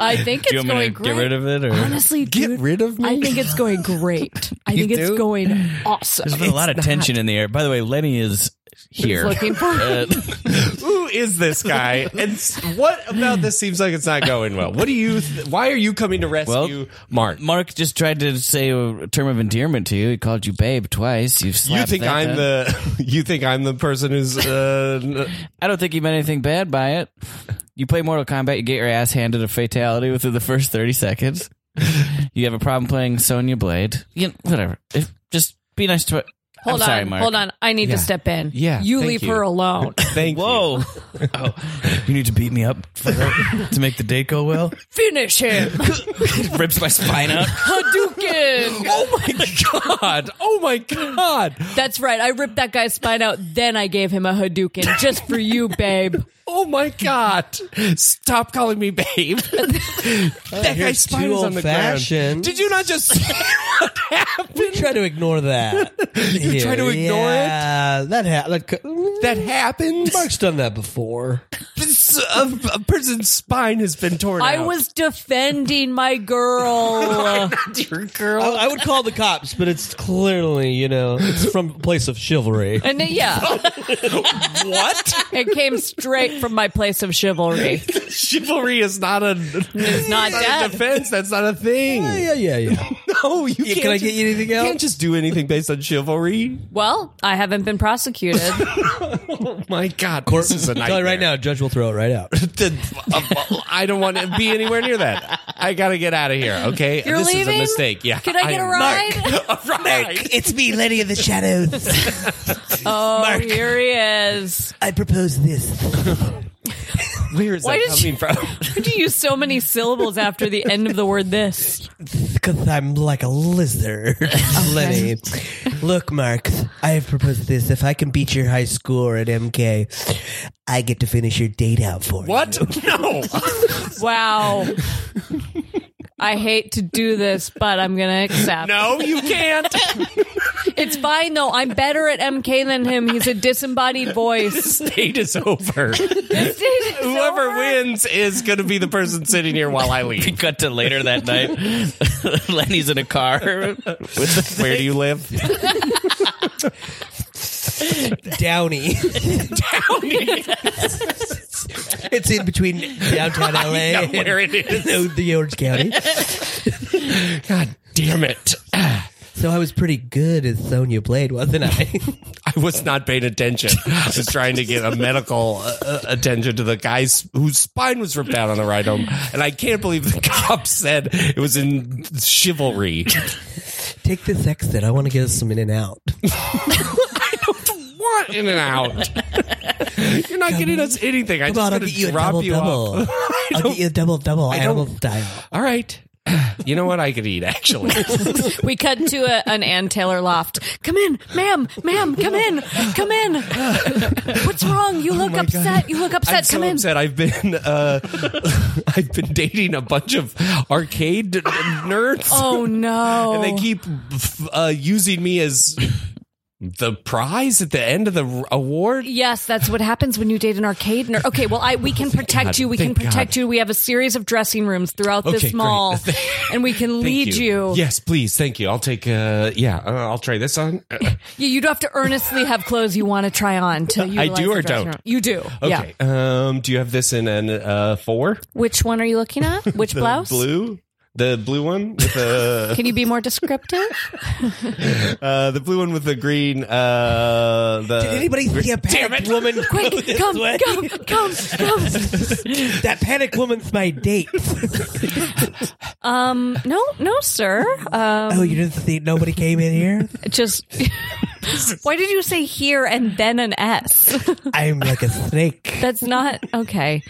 D: I think it's
B: Do you want me to
D: going
B: get
D: great.
B: rid of it? Or?
D: Honestly, dude,
C: rid of
D: I think it's going great. I think it's
E: do?
D: going awesome.
B: There's been a lot of
D: It's not.
B: tension in the air. By the way, Lenny is here.
D: looking for-
B: Uh,
C: Who is this guy? And s- what about this seems like it's not going well? What do you? Th- why are you coming to rescue Mark?
B: Mark just tried to say a term of endearment to you. He called you babe twice. You've
C: You
B: slapped
C: think
B: that
C: I'm
B: down.
C: the? You think I'm the person who's? Uh, n-
B: I don't think he meant anything bad by it. You play Mortal Kombat, you get your ass handed a fatality within the first thirty seconds. You have a problem playing Sonya Blade. You know, whatever. If, just be nice to it.
D: Hold
B: I'm sorry,
D: on,
B: Mark.
D: hold on. I need to step in.
C: Yeah,
D: you
C: thank
D: leave
C: you.
D: her alone.
C: thank you.
B: Whoa! oh, you need to beat me up for that to make the date go well.
D: Finish him,
B: Rips my spine up.
D: Hadouken.
C: Oh my god! Oh my god!
D: That's right. I ripped that guy's spine out. Then I gave him a Hadouken just for you, babe.
C: Oh my god! Stop calling me babe. that guy's spine
E: too
C: is on the ground.
E: old-fashioned.
C: Did you not just see what happened?
E: Try to ignore that. you
C: try to ignore it?
E: yeah, That ha- that, co-
C: That happened.
E: Mark's done that before.
C: A, uh, a person's spine has been torn.
D: I
C: out.
D: was defending my girl.
C: your girl.
E: I, I would call the cops, but it's clearly you know it's from a place of chivalry.
D: And then, yeah,
C: What?
D: it came straight from my place of chivalry.
C: Chivalry is not a
D: It's not
C: a
D: dead.
C: defense. That's not a thing.
E: yeah, yeah, yeah.
C: No, Oh, you can't.
E: can I get
C: just-
E: you anything
C: You
E: else?
C: can't just do anything based on chivalry.
D: Well, I haven't been prosecuted.
C: My God, this is a nightmare.
E: Tell you right now, judge will throw it right out.
C: The- I don't want to be anywhere near that. I gotta get out of here. Okay,
D: You're
C: this is a
D: leaving?
C: mistake. Yeah,
D: Can I get a
C: am-
D: ride?
C: Mark, a ride.
E: It's me, Lenny of the Shadows.
D: Oh, here he is.
E: I propose this.
C: Where is
D: Why
C: that
D: did
C: coming
D: you-
C: from?
D: Why do you use so many syllables after the end of the word this?
E: Because I'm like a lizard, Lenny. Look, Mark, I have proposed this. If I can beat your high score at MK, I get to finish your date out for you.
C: What? No.
D: Wow. I hate to do this, but I'm going to accept.
C: No, you can't.
D: It's fine, though. I'm better at MK than him. He's a disembodied voice.
C: This date is over.
D: This is
C: Whoever
D: over.
C: wins is going to be the person sitting here while I leave.
B: Cut to later that night. Lenny's in a car.
C: Where do you live?
E: Downey. it's in between downtown LA
C: know
E: and
C: where it is.
E: the- the Orange County.
C: God damn it.
E: So I was pretty good at Sonya Blade, wasn't I?
C: I was not paying attention. I was trying to get a medical uh, uh, attention to the guy s- whose spine was ripped out on the ride home. And I can't believe the cop said it was in chivalry.
E: Take this exit. I want to get us some in and out.
C: What in and out? You're not getting us anything. I
E: Come on,
C: just
E: I'll
C: going
E: get
C: to
E: you a
C: drop
E: double
C: you
E: double.
C: off.
E: I'll get you a double double animal
C: don't-
E: style.
C: All right. You know what? I could eat, actually.
D: We cut to a, an Ann Taylor loft. Come in, ma'am, ma'am, come in, come in. What's wrong? You look upset. You look upset.
C: Oh I'm
D: come
C: so
D: in.
C: upset. I've been uh, I've been dating a bunch of arcade nerds.
D: Oh, no.
C: and they keep f- uh, using me as the prize at the end of the award?
D: Yes, that's what happens when you date an arcade nerd. Okay, well, I we can protect
C: God,
D: you. We
C: thank
D: can protect
C: God.
D: you. We have a series of dressing rooms throughout
C: Okay,
D: this mall,
C: great.
D: and we can lead you.
C: Yes, please. Thank you. I'll take. Uh, yeah, uh, I'll try this on. Uh,
D: Yeah, you'd have to earnestly have clothes you want to try on to utilize
C: do
D: the
C: or
D: dressing
C: don't?
D: room. You do. Yeah.
C: okay. Um, do you have this in an uh, four?
D: Which one are you looking at? Which
C: The
D: blouse?
C: blue. The blue one with the
D: Can you be more descriptive?
C: uh, the blue one with the green. Uh, the
E: Did anybody see a panicked woman?
D: Quick,
E: go this
D: come,
E: way?
D: come, come, come.
E: That panicked woman's my date.
D: Um, no, no, sir. Um,
E: oh, you didn't think nobody came in here?
D: just why did you say here and then an S?
E: I'm like a snake.
D: That's not okay.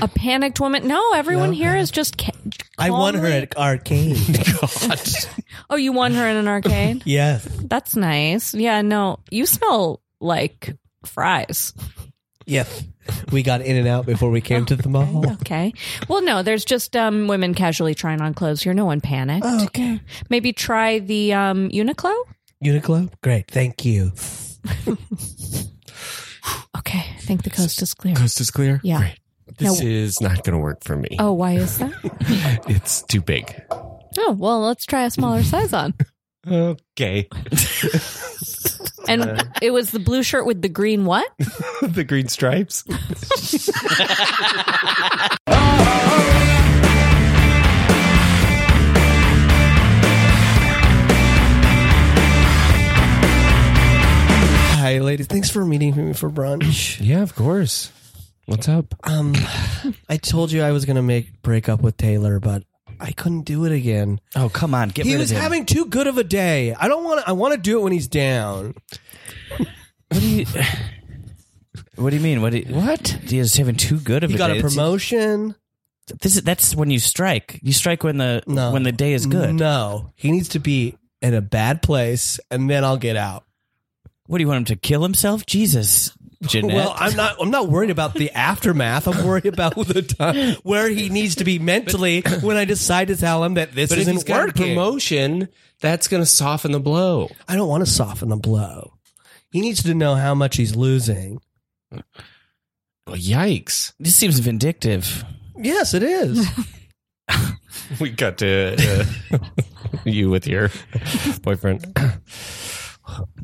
D: A panicked woman. No, everyone here is just. Ca-
E: I won her
D: calmly-
E: at arcade.
D: Oh, you won her in an arcade.
E: yes.
D: That's nice. Yeah. No, you smell like fries.
E: Yes. We got in and out before we came to the mall.
D: Okay. Well, no, there's just um, women casually trying on clothes here. No one panicked.
E: okay.
D: Maybe try the um, Uniqlo.
E: Uniqlo? Great. Thank you.
D: Okay, I think the coast is clear.
C: coast is clear.
D: Yeah.
C: Great. This
D: No.
C: is not going to work for me.
D: Oh, why is that?
C: It's too big.
D: Oh, well, let's try a smaller size on.
C: Okay.
D: And it was the blue shirt with the green what?
C: the green stripes.
E: Hi, ladies. Thanks for meeting me for brunch.
C: Yeah, of course. What's up?
E: Um, I told you I was going to make break up with Taylor, but I couldn't do it again.
B: Oh, come on, get
E: He
B: rid
E: was
B: of him.
E: having too good of a day. I don't want to. I want to do it when he's down.
B: what, do you, what do you mean? What? Do you, what? He was having too good of
E: He
B: a
E: got
B: day.
E: a promotion.
B: It's- This is, that's when you strike. You strike when the
E: No.
B: when the day is good.
E: No, he needs to be in a bad place, and then I'll get out.
B: What do you want him to kill himself? Jesus, Jeanette.
E: Well, I'm not. I'm not worried about the aftermath. I'm worried about the time where he needs to be mentally when I decide to tell him that this
C: But if
E: isn't
C: he's got a
E: working.
C: promotion, that's going to soften the blow.
E: I don't want to soften the blow. He needs to know how much he's losing.
C: Well, yikes.
B: this seems vindictive.
E: Yes, it is.
C: We got to uh, you with your boyfriend.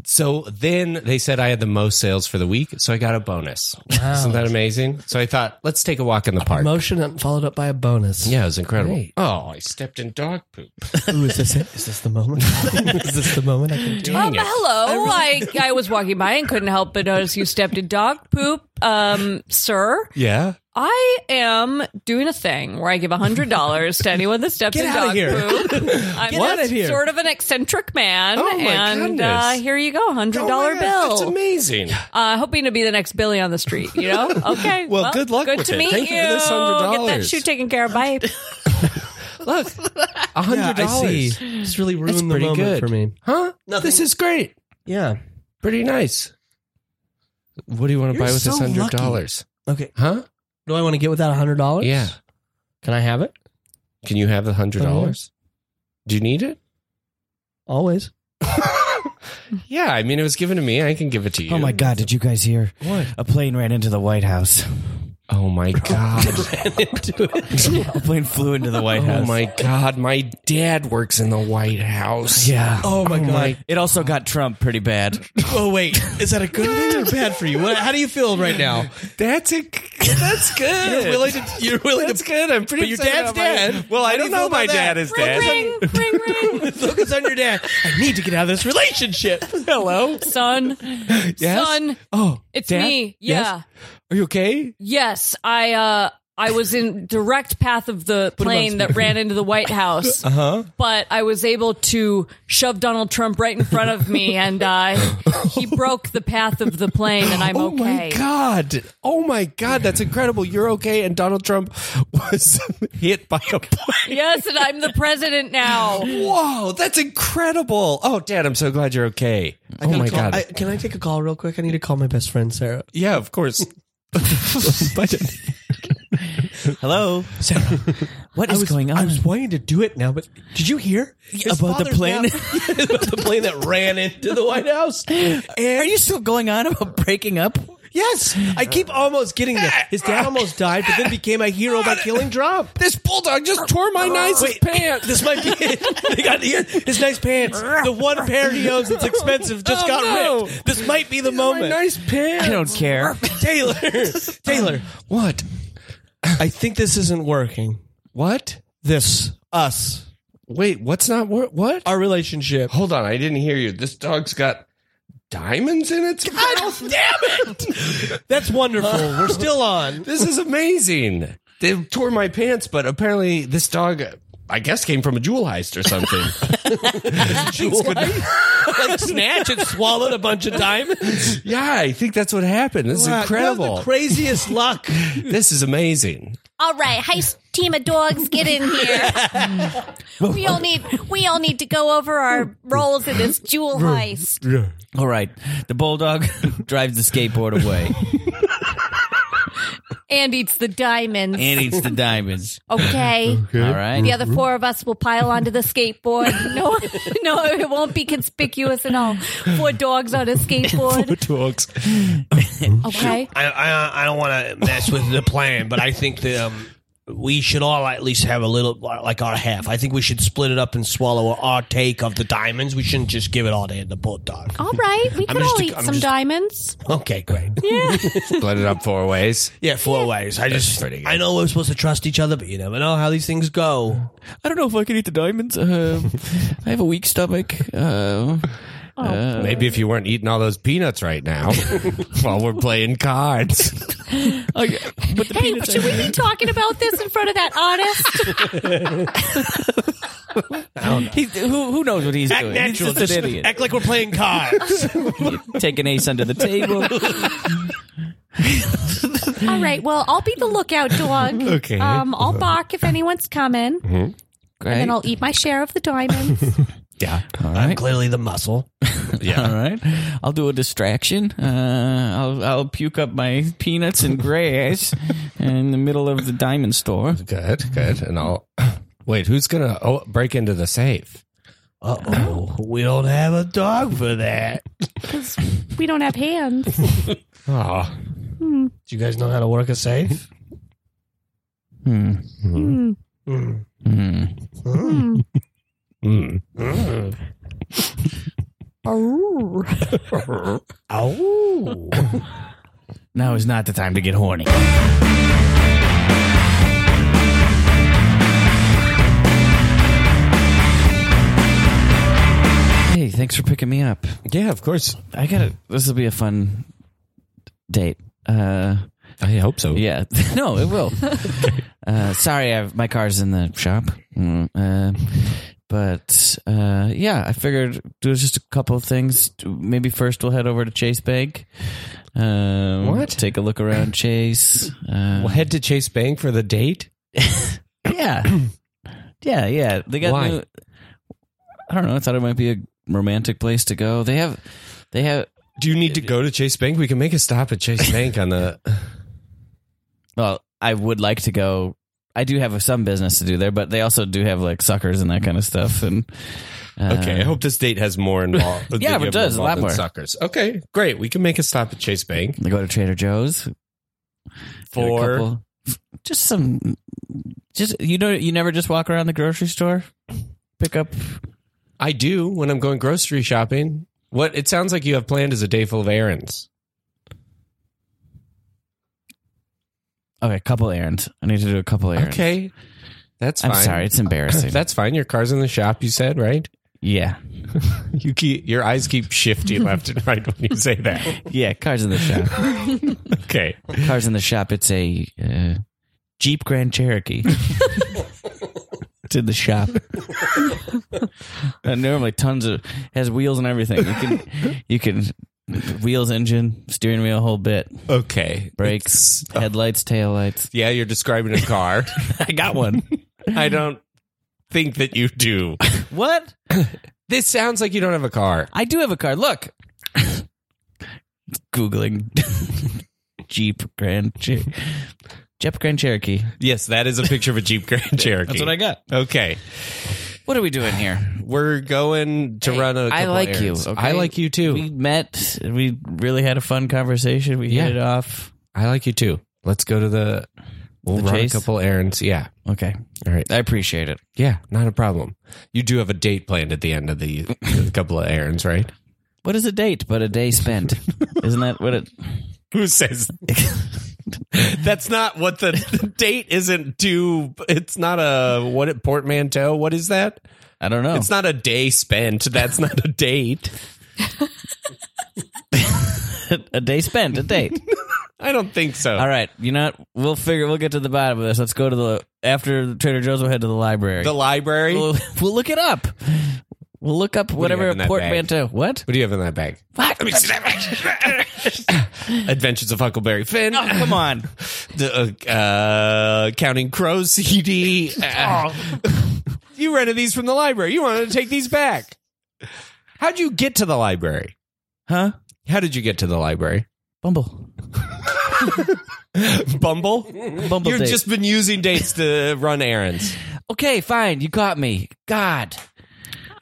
C: So then they said I had the most sales for the week, so I got a bonus. Isn't that amazing? So I thought, let's take a walk in the park.
E: Promotion and followed up by a bonus.
C: Yeah, it was incredible.
E: Great. Oh,
C: Oh, I stepped in dog poop.
E: Ooh, is this it? Is this the moment? is this the moment I can do it?
D: Um,
C: Oh
D: hello. I, I was walking by and couldn't help but notice you stepped in dog poop. Um, sir,
C: Yeah.
D: I am doing a thing where I give $100 to anyone that steps
E: Get
D: in
E: outta
D: dog
E: here.
D: poop. I'm
E: Get outta
D: just
E: here.
D: sort of an eccentric man.
C: Oh, my
D: and
C: goodness.
D: Uh, here you go,
C: Oh my
D: $100
C: God, That's
D: bill.
C: amazing.
D: Uh, hoping to be the next Billy on the street, you know? Okay.
C: Well, good luck
D: Good
C: with
D: to
C: it.
D: meet
C: Thank you
D: you.
C: for this $100.
D: Get that shoe taken care of. Bye.
C: Look, a
E: Yeah,
C: hundred
E: I
C: dollars.
E: see. It's really ruined
C: That's
E: the
C: pretty
E: moment
C: good
E: for me.
C: Huh? This is great.
E: Yeah.
C: Pretty nice. What do you want to
E: You're
C: buy with this
E: so
C: hundred
E: lucky.
C: dollars?
E: Okay.
C: Huh?
E: Do I want to get with that hundred dollars?
C: Yeah.
E: Can I have it?
C: Can you have the hundred dollars? Do you need it?
E: Always.
C: Yeah, I mean it was given to me. I can give it to you.
B: Oh my God! Did you guys hear?
C: What?
B: A plane ran into the White House.
C: Oh my god.
B: A plane flew into the White
C: oh
B: House.
C: my god. My dad works in the White House.
B: Yeah.
E: Oh my god.
B: It also got Trump pretty bad.
E: Oh wait, is that a good thing or bad for you? What, how do you feel right now?
C: That's a that's good.
E: You're willing to. You're willing
C: that's
E: to.
C: good. I'm pretty
E: But your
C: excited
E: dad's
C: about my-
E: dead.
C: Well, I
E: How do
C: don't
E: you
C: know
E: feel
C: my
E: about
C: dad
E: that?
C: is
D: ring,
C: dead.
D: ring, ring, ring.
E: Focus on your dad. I need to get out of this relationship. Hello.
D: Son.
C: Yes?
D: Son.
C: Oh.
D: It's
C: Dad?
D: me.
C: Yes?
D: Yeah.
C: Are you okay?
D: Yes, I uh I was in direct path of the plane that ran into the White House. Uh-huh. But I was able to shove Donald Trump right in front of me and uh, he broke the path of the plane and I'm
C: oh
D: okay.
C: my god! Oh my god! That's incredible. You're okay, and Donald Trump was hit by a plane.
D: Yes, and I'm the president now.
C: Whoa, that's incredible! Oh, Dad, I'm so glad you're okay. oh my god!
E: I, can I take a call real quick? I need to call my best friend Sarah.
C: yeah, of course. But-
B: Hello,
E: Sarah,
B: what
E: I
B: is
E: was
B: going on?
E: I was wanting to do it now, but did you hear His
B: About the
E: father's
B: plane?
E: now- about the plane that ran into the White House?
B: Are you still going on about breaking up?
E: Yes, I keep almost getting there. His dad almost died, but then became a hero by killing Trump.
C: This bulldog just tore my nicest pants.
E: This might be it. They got the- his nice pants. The one pair he owns that's expensive just
C: Oh,
E: got
C: no.
E: ripped. This might be the
C: My
E: moment.
C: nice pants.
B: I don't care.
E: Taylor, Taylor,
C: What?
E: I think this isn't working.
C: What?
E: This us,
C: Wait, what's not wor- what?
E: our relationship.
C: Hold on, I didn't hear you. This dog's got diamonds in its mouth. Damn it!
E: That's wonderful. We're still on.
C: This is amazing. They tore my pants, but apparently this dog, I guess, came from a jewel heist or something. Things could-
E: Like snatch and swallowed a bunch of diamonds.
C: yeah, I think that's what happened. This is
E: You
C: incredible.
E: have the craziest luck.
C: this is amazing.
G: All right, heist team of dogs, get in here. we all need we all need to go over our roles in this jewel heist.
B: All right, the bulldog drives the skateboard away
G: And eats the diamonds.
B: and eats the diamonds.
G: okay.
B: All right,
G: The
E: Mm-hmm.
G: other four of us will pile onto the skateboard. No, no, it won't be conspicuous at all. Four dogs on a skateboard.
C: Dogs.
G: Okay.
E: I, I, I don't want to mess with the plan, but I think that um, we should all at least have a little, like our half. I think we should split it up and swallow our take of the diamonds. We shouldn't just give it all to the bulldog.
G: All right. We could all
E: just-
G: eat
E: I'm
G: some
E: just-
G: diamonds.
E: Okay, great.
C: Split it up four ways.
E: Yeah, four ways. I just,
C: pretty good.
E: I know we're supposed to trust each other, but you never know how these things go.
B: I don't know if I can eat the diamonds. Uh, I have a weak stomach. Uh,
C: Maybe if you weren't eating all those peanuts right now while we're playing cards.
B: I, but the
G: Hey, should we be talking about this in front of that artist?
B: He, who, who knows what he's doing? he's just an idiot.
E: act like we're playing cards.
B: Take an ace under the table.
G: All right. Well, I'll be the lookout dog.
C: Okay.
G: Um,
E: Uh-huh.
G: I'll bark if anyone's coming,
E: Mm-hmm.
B: Great.
G: and I'll eat my share of the diamonds.
C: Yeah. Um,
B: All right.
E: Clearly, the muscle.
B: All
C: Yeah.
B: right. I'll do a distraction. Uh, I'll, I'll puke up my peanuts and grass in the middle of the diamond store.
C: Good, good. And I'll wait, who's gonna oh, break into the safe?
E: Uh oh, we don't have a dog for that. Do
G: we don't have hands.
C: Oh.
E: you guys know how to work a safe?
B: Hmm. Hmm.
C: Mm.
G: Oh.
E: Oh.
B: Now is not the time to get horny. Hey, thanks for picking me up.
C: Yeah, of course.
B: I gotta. This will be a fun date. Uh,
C: I hope so.
B: yeah, no, it will. uh, sorry, I've, my car's in the shop. Mm, uh, but uh, yeah, I figured there's just a couple of things. Maybe first we'll head over to Chase Bank. Um,
C: What?
B: Take a look around Chase. Uh,
C: We'll head to Chase Bank for the date.
B: Yeah, yeah, yeah. They got.
C: Why?
B: New, I don't know. I thought it might be a romantic place to go. They have. They have.
C: Do you need to go to Chase Bank? We can make a stop at Chase Bank on the
B: Well, I would like to go. I do have some business to do there, but they also do have like suckers and that kind of stuff. And uh,
C: Okay, I hope this date has more involved.
B: Yeah,
C: they
B: but it
C: have
B: does, a lot
C: involved than
B: more.
C: suckers. Okay, great. We can make a stop at Chase Bank
B: they go to Trader Joe's get a
C: for
B: couple- just some. Just you know, you never just walk around the grocery store, pick up.
C: I do when I'm going grocery shopping. What it sounds like you have planned is a day full of errands.
B: Okay, a couple errands. I need to do a couple errands.
C: Okay, that's
B: I'm
C: fine.
B: sorry, it's embarrassing.
C: That's fine. Your car's in the shop. You said right.
B: yeah,
C: You keep your eyes keep shifting left and right when you say that.
B: yeah. Cars in the shop.
C: Okay,
B: Cars in the shop. It's a uh, Jeep Grand Cherokee. to the shop. and normally tons of has wheels and everything. You can you can wheels, engine, steering wheel, whole bit,
C: okay.
B: brakes,
C: It's- uh,
B: headlights, taillights.
C: yeah, you're describing a car.
B: I got one.
C: I don't think that you do.
B: what?
C: This sounds like you don't have a car.
B: I do have a car. Look. Googling Jeep Grand Cher- Jeep Grand Cherokee.
C: Yes, that is a picture of a Jeep Grand Cherokee.
B: That's what I got.
C: Okay,
B: What are we doing here?
C: we're going to run a.
B: I
C: couple
B: like you.
C: errands.
B: okay?
C: I like you too.
B: We met. We really had a fun conversation. We hit
C: Yeah.
B: it off.
C: I like you too. Let's go to the. We'll
B: The
C: run
B: chase?
C: a couple errands. Yeah,
B: Okay.
C: all right.
B: I appreciate it.
C: Yeah, not a problem. You do have a date planned at the end of the, the couple of errands, right?
B: What is a date but a day spent? Isn't that what it?
C: Who says that's not what the, the date isn't due? It's not a what it portmanteau. What is that?
B: I don't know.
C: It's not a day spent. That's not a date.
B: a day spent, a date.
C: I don't think so.
B: All right. You know what? We'll figure, we'll get to the bottom of this. Let's go to the, after Trader Joe's, we'll head to the library.
C: The library.
B: we'll, we'll look it up. We'll look up
C: do you
B: whatever
C: have in that
B: portmanteau. What?
C: What do you have in that bag?
B: What?
C: Let me see that bag. Adventures of Huckleberry Finn.
B: Oh, come on.
C: The uh, uh, Counting Crows CD. Uh,
B: Oh.
C: you rented these from the library. You wanted to take these back. How'd you get to the library?
B: Huh?
C: How did you get to the library?
B: Bumble.
C: Bumble?
B: Bumble
C: You've
B: date.
C: just been using dates to run errands.
B: Okay, fine. You got me. God.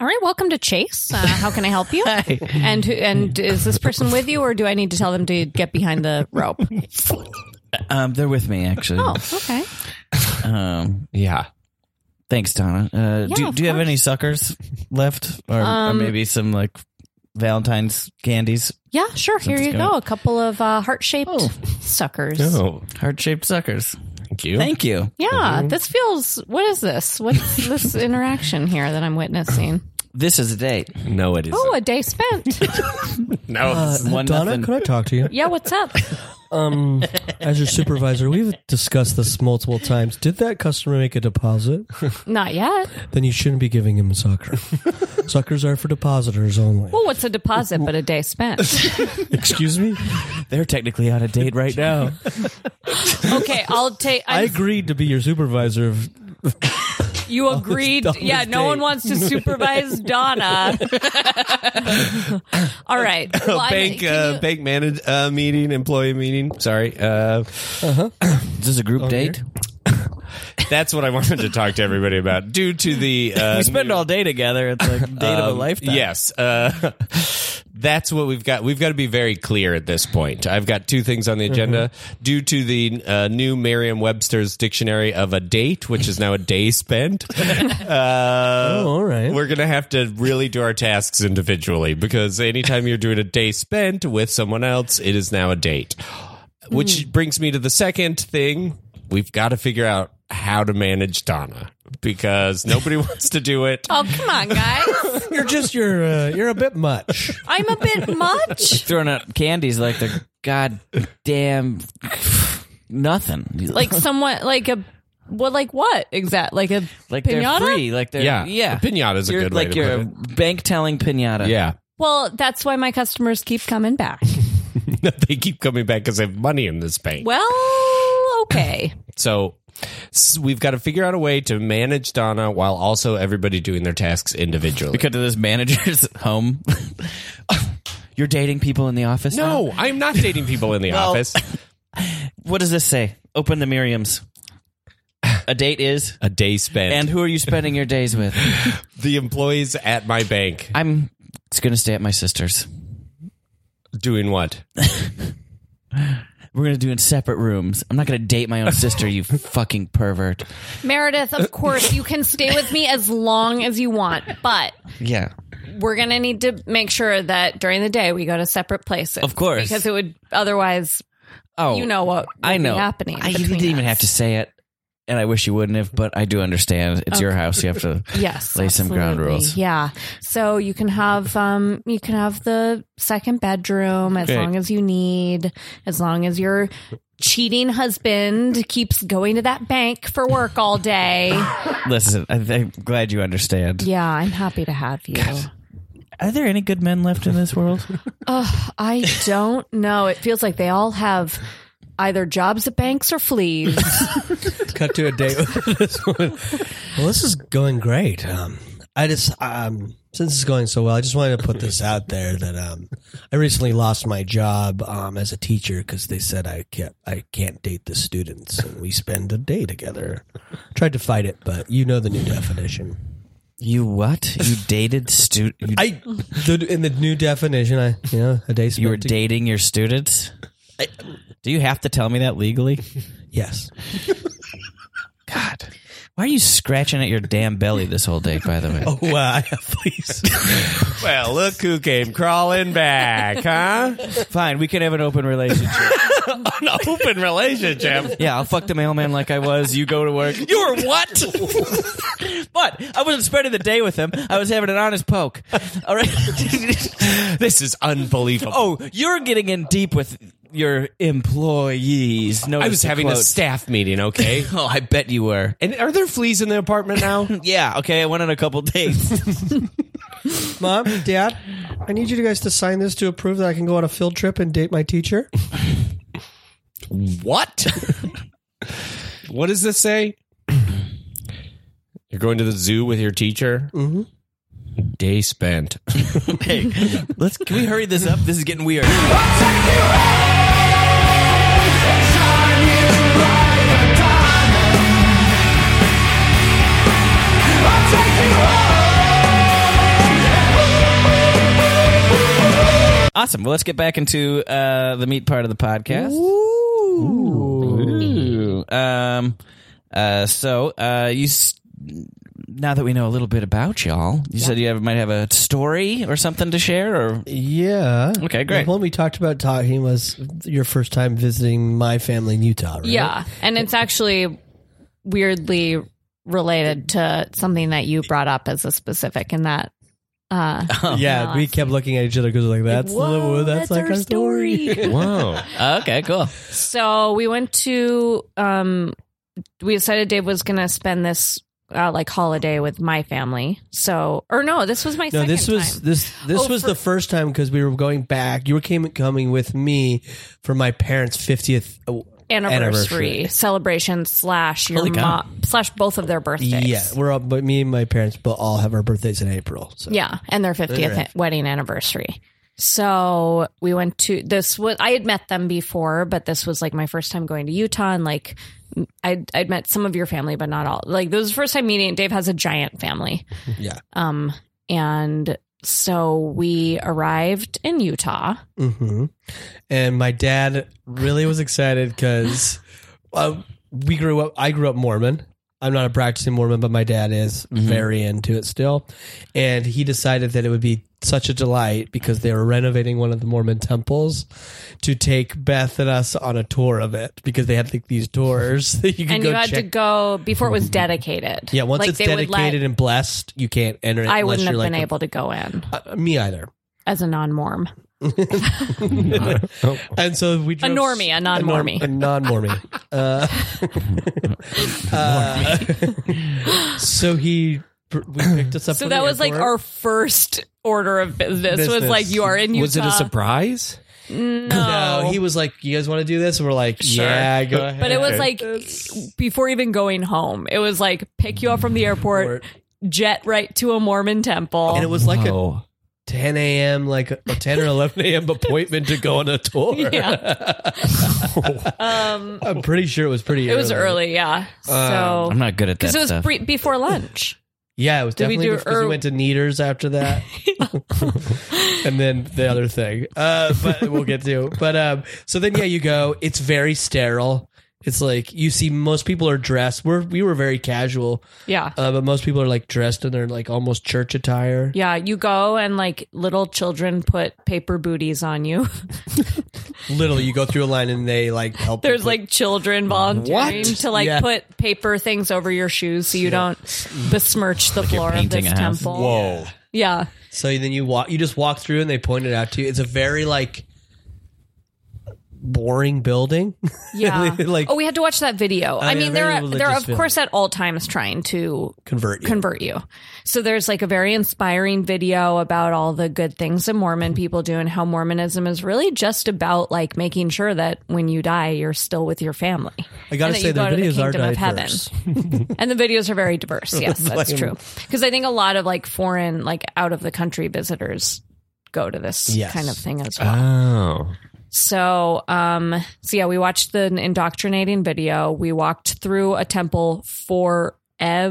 D: All right, welcome to Chase. Uh, how can I help you? And who, and is this person with you, or do I need to tell them to get behind the rope?
B: Um, they're with me, actually.
D: Oh, okay.
B: Um,
C: Yeah.
B: thanks, Donna. Uh,
D: Yeah,
B: do,
D: of
B: do you have
D: course.
B: any suckers left? Or,
D: Um,
B: or maybe some, like, Valentine's candies?
D: Yeah, sure. Here
B: Sounds
D: you
B: good.
D: go. A couple of uh, heart shaped suckers.
C: Oh,
B: Heart shaped suckers.
C: thank you.
B: Thank you.
D: Yeah, this feels. What is this? What's this interaction here that I'm witnessing?
B: This is a date.
C: no, it isn't.
D: Oh, a day spent.
C: no,
E: Uh,
B: One
E: Donna,
B: nothing.
E: could I talk to you?
D: Yeah, what's up?
E: Um, as your supervisor, we've discussed this multiple times. Did that customer make a deposit?
D: Not yet.
E: Then you shouldn't be giving him a sucker. Suckers are for depositors only.
D: Well, Oh, what's a deposit but a day spent?
E: Excuse me?
B: They're technically on a date right now.
D: Okay, I'll take.
E: I
D: I'm-
E: agreed to be your supervisor. of-
D: You agreed.
E: dumbest
D: Yeah, no one
E: date.
D: wants to supervise Donna. All right. Well, I-
C: bank
D: can
C: uh,
D: you-
C: bank manage uh, meeting, employee meeting. Sorry. Uh,
B: Is this a group date?
C: that's what I wanted to talk to everybody about. Due to the uh,
B: We spend all day together. It's like date of a
C: Um,
B: lifetime.
C: Yes. Uh, that's what we've got. We've got to be very clear at this point. I've got two things on the agenda. Due to the uh, new Merriam Webster's dictionary of a date, which is now a day spent,
E: oh, all right.
C: we're going to have to really do our tasks individually because anytime you're doing a day spent with someone else, it is now a date. Which brings me to the second thing. We've got to figure out how to manage Donna because nobody wants to do it.
D: Oh, come on, guys.
E: You're just you're uh, you're a bit much.
D: I'm a bit much.
B: Throwing out candies like they're goddamn nothing.
D: Like somewhat like a what like what exact like a
B: like
D: pinata?
B: they're free. Like they're
C: Yeah.
B: yeah.
C: A pinata's a
B: You're
C: good way
B: like
C: to
B: you're
C: put
B: a bank telling pinata.
C: Yeah.
D: Well, that's why my customers keep coming back.
C: they keep coming back because they have money in this bank.
D: Well, okay.
C: So s- we've got to figure out a way to manage Donna while also everybody doing their tasks individually.
B: We cut to this manager's home. You're dating people in the office. now?
C: no, I'm not dating people in the
B: Well-
C: office.
B: What does this say? Open the Miriams. A date is.
C: A day spent.
B: And
C: And
B: who are you spending your days with?
C: the employees at my bank
B: I'm going to stay at my sister's.
C: doing what?
B: We're gonna do it in separate rooms. I'm not gonna date my own sister, you fucking pervert.
D: Meredith, of course you can stay with me as long as you want, but
B: Yeah.
D: we're gonna need to make sure that during the day we go to separate places.
B: Of course.
D: because it would otherwise
B: Oh,
D: you know what would
B: I know.
D: be happening.
B: I, you
D: between
B: didn't even
D: us.
B: have to say it, and I wish you wouldn't have. But I do understand. It's your house. You have to.
D: Yes,
B: lay some ground
D: absolutely.
B: rules.
D: Yeah, so you can have um you can have the second bedroom as
B: Great.
D: long as you need, as long as your cheating husband keeps going to that bank for work all day.
B: Listen, I, I'm glad you understand.
D: yeah, I'm happy to have you.
B: Are there any good men left in this world?
D: I don't know. It feels like they all have either jobs at banks or fleas.
E: Cut to a date with this one. Well, this is going great. Um, I just um, since it's going so well, I just wanted to put this out there that um, I recently lost my job um, as a teacher because they said I can't I can't date the students, and we spend a day together. Tried to fight it, but you know the new definition.
B: You what? You dated student? You,
E: I the, in the new definition, I you know a day spent
B: you were
E: to-
B: dating your students? Do you have to tell me that legally?
E: yes.
B: God. Why are you scratching at your damn belly this whole day, by the way?
E: Oh, uh, please.
C: Well, look who came crawling back, huh?
B: Fine, we can have an open relationship.
C: An open relationship.
B: yeah, I'll fuck the mailman like I was. You go to work. You were what? but I wasn't spending the day with him. I was having an honest poke. All right.
C: This is unbelievable.
B: oh, you're getting in deep with your employees. No,
C: I was having a staff meeting, okay?
B: Oh, I bet you were.
C: And are there fleas in the apartment now?
B: Yeah, okay, I went on a couple dates.
E: Mom, Dad, I need you guys to sign this to approve that I can go on a field trip and date my teacher.
C: what? what does this say? You're going to the zoo with your teacher? Mm-hmm. Day spent.
B: hey, let's can we hurry this up? This is getting weird. Awesome. Well, let's get back into uh, the meat part of the podcast. Ooh. Um, uh, so uh, you. S- now that we know a little bit about y'all, you said you have, might have a story or something to share, or
E: Yeah.
B: Okay, great.
E: The one we talked about talking was your first time visiting my family in Utah, right?
D: Yeah. And it's actually weirdly related to something that you brought up as a specific in that uh
E: yeah. we kept looking at each other because like that's
D: whoa,
E: the, that's, like
D: our story.
C: Wow.
B: okay, cool.
D: so we went to um we decided Dave was gonna spend this uh, like holiday with my family. So or no, this was my
E: No,
D: second
E: this was
D: time.
E: this this
D: Oh,
E: was
D: for-
E: the first time because we were going back. You were came coming with me for my parents' fiftieth.
D: anniversary,
E: anniversary.
D: celebration slash your
B: Holy cow.
D: mom slash both of their birthdays.
E: Yeah, we're all, but me and my parents, but all have our birthdays in April. So
D: Yeah, and their 50th
E: Alright.
D: wedding anniversary. So we went to this was I had met them before, but this was like my first time going to Utah and like I'd, I'd met some of your family, but not all. Like this was the first time meeting. Dave has a giant family.
E: Yeah.
D: Um, and so we arrived in Utah.
E: hmm And my dad really was excited because uh, we grew up. I grew up Mormon. I'm not a practicing Mormon, but my dad is very into it still. And he decided that it would be such a delight because they were renovating one of the Mormon temples to take Beth and us on a tour of it because they had like these tours that you could
D: and
E: go
D: you had to
E: check.
D: go before it was dedicated.
E: yeah, once
D: Like,
E: it's
D: they would
E: dedicated
D: let-
E: and blessed, you can't enter it.
D: I
E: unless
D: wouldn't have
E: you're,
D: been
E: like,
D: able to go in
E: a- uh, me either.
D: as a non-morm.
E: And so we drove
D: A normie, a non-normie.
E: a non normie. Uh, uh, so he we picked us up.
D: So
E: from
D: that
E: the
D: was like
E: airport.
D: our first order of business, was
E: Business.
D: like you are in Utah.
C: Was it a surprise?
E: No, he was like, "You guys want to do this?" And we're like, "Yeah, go ahead."
D: But it was like before even going home, it was like pick you up from the airport, jet right to a Mormon temple.
E: and it was like a
C: Oh.
E: 10 a.m. like a 10 or 11 a.m. appointment to go on a tour.
D: yeah. um,
E: I'm pretty sure it was pretty.
D: it was early,
E: Um,
D: yeah. So
B: I'm not good at that
D: because it was
B: stuff.
D: pre- before lunch.
E: Yeah, it was
D: Did we
E: definitely
D: do er-
E: because we
D: ear-
E: went to Neaters after that, and then the other thing. Uh, but we'll get to. But um, so then yeah, you go. It's very sterile. It's like you see most people are dressed. We're we were very casual,
D: Yeah.
E: uh, but most people are like dressed in their like almost church attire.
D: Yeah, you go and like little children put paper booties on you.
E: Literally, you go through a line and they like help.
D: There's
E: you put-
D: like children volunteering
E: What?
D: to like
E: Yeah.
D: put paper things over your shoes so you don't besmirch the floor of
B: painting
D: this
B: a house.
D: temple. Yeah.
E: so then you walk. You just walk through and they point it out to you. It's a very like boring building.
D: Yeah.
E: Like-
D: oh, we had to watch that video. I
E: yeah,
D: mean, they're
E: very
D: they're
E: religious
D: of
E: film.
D: course at all times trying to
E: Convert you.
D: convert you. So there's like a very inspiring video about all the good things that Mormon people do and how Mormonism is really just about like making sure that when you die, you're still with your family.
E: I
D: and
E: gotta
D: that
E: say
D: you
E: their
D: go to the
E: videos are
D: kingdom of
E: diverse.
D: heaven. and the videos are very diverse. Yes, that's true. Because I think a lot of like foreign, like out of the country visitors go to this
E: Yes. Uh-huh.
D: kind of thing as well.
C: Oh.
D: So, um, so yeah, we watched the indoctrinating video. We walked through a temple forever.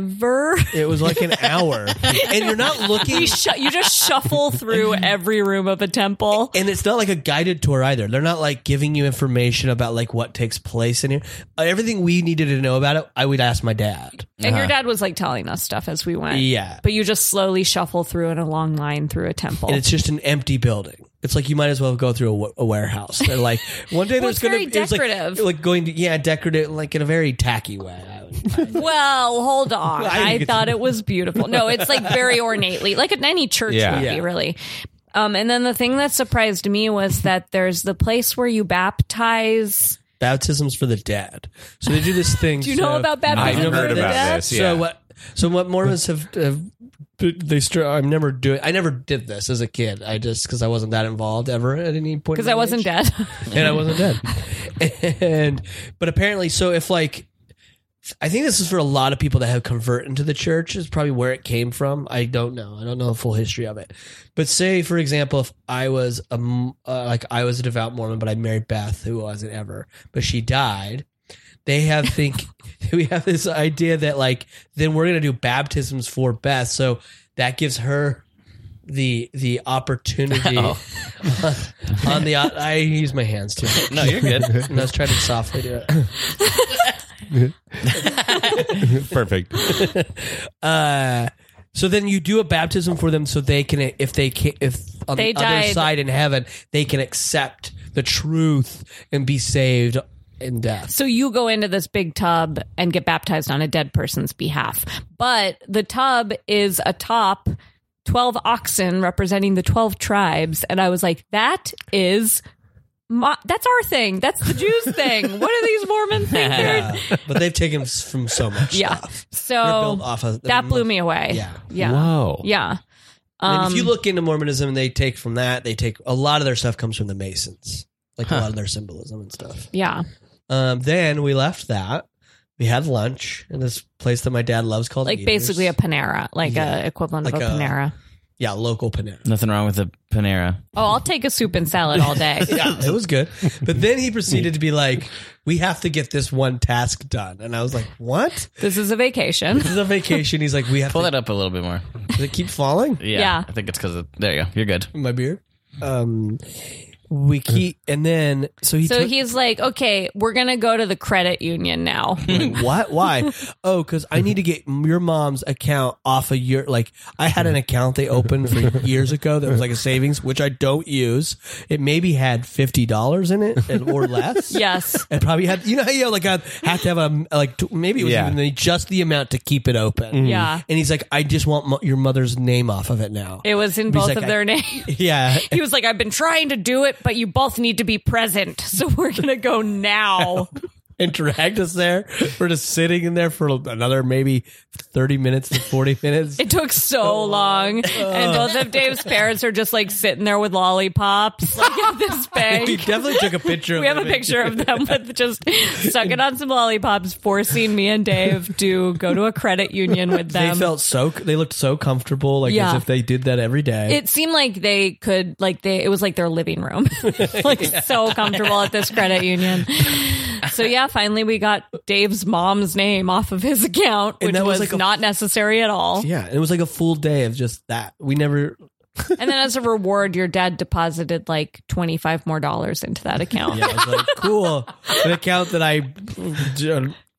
E: It was like an hour, and you're not looking.
D: We shu- you just shuffle through every room of a temple.
E: And it's not like a guided tour either. They're not like giving you information about like what takes place in here. Uh, Everything we needed to know about it, I would ask my dad.
D: And your dad was like telling us stuff as we went.
E: Uh-huh. Yeah.
D: But you just slowly shuffle through in a long line through a temple.
E: And it's just an empty building. It's like you might as well go through a, wa- a warehouse. They're like one day
D: Well,
E: there's
D: it's
E: going
D: very
E: to like,
D: decorative.
E: like going to yeah decorative like in a very tacky way. I would-
D: well, hold on.
E: I
D: I,
E: think it's-
D: thought it was beautiful. No, it's like very ornately, like at any church
C: Yeah.
D: would
E: Yeah.
D: be, really. Um, and then the thing that surprised me was that there's the place where you baptize.
E: Baptisms for the dead. So they do this thing.
D: Do you know about
C: I've
D: baptism?
E: never
D: for
C: heard
D: the
C: about
D: dead?
C: this. Yeah.
E: So what? So what Mormons have, have they? Str- I'm never doing. I never did this as a kid. I just because I wasn't that involved ever at any point. in
D: Because I
E: my
D: wasn't
E: age.
D: dead.
E: and I wasn't dead. and but apparently, so if like, I think this is for a lot of people that have convert into the church is probably where it came from. I don't know. I don't know the full history of it. But say, for example, if I was a m- uh, like I was a devout Mormon, but I married Beth, who wasn't ever, but she died. They have think we have this idea that like then we're gonna do baptisms for Beth, so that gives her the the opportunity
B: Oh.
E: on the I use my hands too.
B: No, you're good.
E: And I was trying to softly do it.
C: Perfect.
E: Uh, so then you do a baptism for them, so they can, if they can, if on
D: They
E: the other
D: died-
E: side in heaven, they can accept the truth and be saved in death.
D: So you go into this big tub and get baptized on a dead person's behalf. But the tub is atop 12 oxen representing the 12 tribes. And I was like, that is. My, that's our thing. That's the Jews thing. What do these Mormons think? they're-
E: Uh, but they've taken s- from so much.
D: Yeah.
E: stuff. They're
D: So
E: built off of
D: that blew me away.
E: Yeah.
D: Yeah.
C: Whoa.
D: Yeah.
E: And if you look into Mormonism, they take from that. They take a lot of their stuff comes from the Masons, like a lot of their symbolism and stuff.
D: Yeah.
E: Um, then we left that. We had lunch in this place that my dad loves called
D: Like
E: Eaters.
D: basically a Panera, like a equivalent
E: Like
D: of a,
E: a-
D: Panera.
E: yeah local Panera.
B: Nothing wrong with the Panera.
D: Oh, I'll take a soup and salad all day.
E: yeah, it was good. But then he proceeded to be like, "We have to get this one task done," and I was like, "What?
D: This is a vacation.
E: This is a vacation." He's like, "We have
B: Pull
E: to."
B: that up a little bit more.
E: Does it keep falling?
B: Yeah,
D: Yeah.
B: I think it's because there you go. You're good.
E: My beard. Um, we keep, and then so he.
D: So
E: took-
D: he's like, okay, we're going to go to the credit union now.
E: what? Why? Oh, because I need to get your mom's account off of your. Like, I had an account they opened for years ago that was like a savings, which I don't use. It maybe had fifty dollars in it and- or less.
D: yes.
E: It probably had, you know, how you like I have to have a like t- maybe it was
C: Yeah.
E: even the, just the amount to keep it open.
D: Yeah.
E: and he's like, I just want mo- your mother's name off of it now.
D: It was in both
E: like,
D: of
E: I-
D: their names.
E: yeah,
D: He was like, I've been trying to do it, but you both need to be present. So we're going to go now.
E: and dragged us there. We're just sitting in there for another maybe thirty minutes to forty minutes.
D: It took
E: Oh
D: so long. And both of Dave's parents are just like sitting there with lollipops like at this
E: He
D: bank.
E: definitely took a picture. of
D: We have a
E: them.
D: picture of them with just sucking on some lollipops, forcing me and Dave to go to a credit union with
E: They
D: them.
E: felt so. They looked so comfortable, like
D: Yeah.
E: as if they did that every day.
D: it seemed like they could like they it was like their living room like so comfortable at this credit union so yeah finally we got dave's mom's name off of his account
E: And
D: which
E: that
D: was,
E: was like a-
D: not necessary at all
E: yeah, it was like a full day of just that. We never.
D: and then as a reward your dad deposited like 25 more dollars into that account
E: Yeah, I was like, cool. An account that I.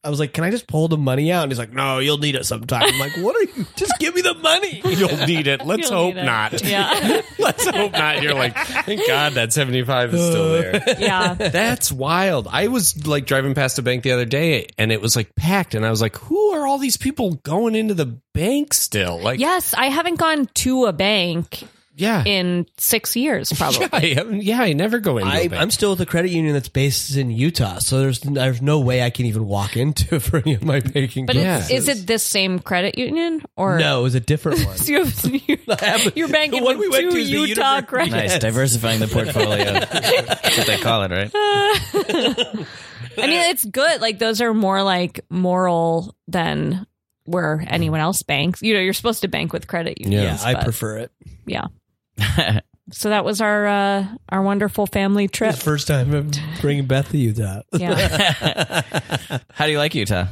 E: I was like, can I just pull the money out? And he's like, no, you'll need it sometime. I'm like, what are you? Just give me the money.
C: You'll need it. Let's
D: You'll
C: hope
D: need it.
C: not.
D: yeah
C: Let's hope not. You're like, thank God that 75 is still there.
D: yeah
C: That's wild. I was like driving past a bank the other day and it was like packed and I was like, who are all these people going into the bank still? Like
D: yes i haven't gone to a bank
C: Yeah.
D: in six years, probably.
C: yeah, I, yeah, I never go into a
E: I,
C: bank.
E: I'm still with a credit union that's based in Utah, so there's there's no way I can even walk into for any of my banking.
D: But
C: Yeah.
D: it's, is it this same credit union or
E: no, it was a different one.
D: So you have, you're banking
E: The one
D: with
E: we went
D: two
E: to is the
D: Utah
E: University.
D: credit.
B: Nice, diversifying the portfolio. That's what they call it, right?
D: I mean, it's good. Like those are more like moral than where anyone else banks. You know, you're supposed to bank with credit unions.
E: yeah, I
D: but-
E: prefer it.
D: Yeah. so that was our uh, our wonderful family trip.
E: First time I'm bringing Beth to Utah.
D: Yeah,
B: How do you like Utah?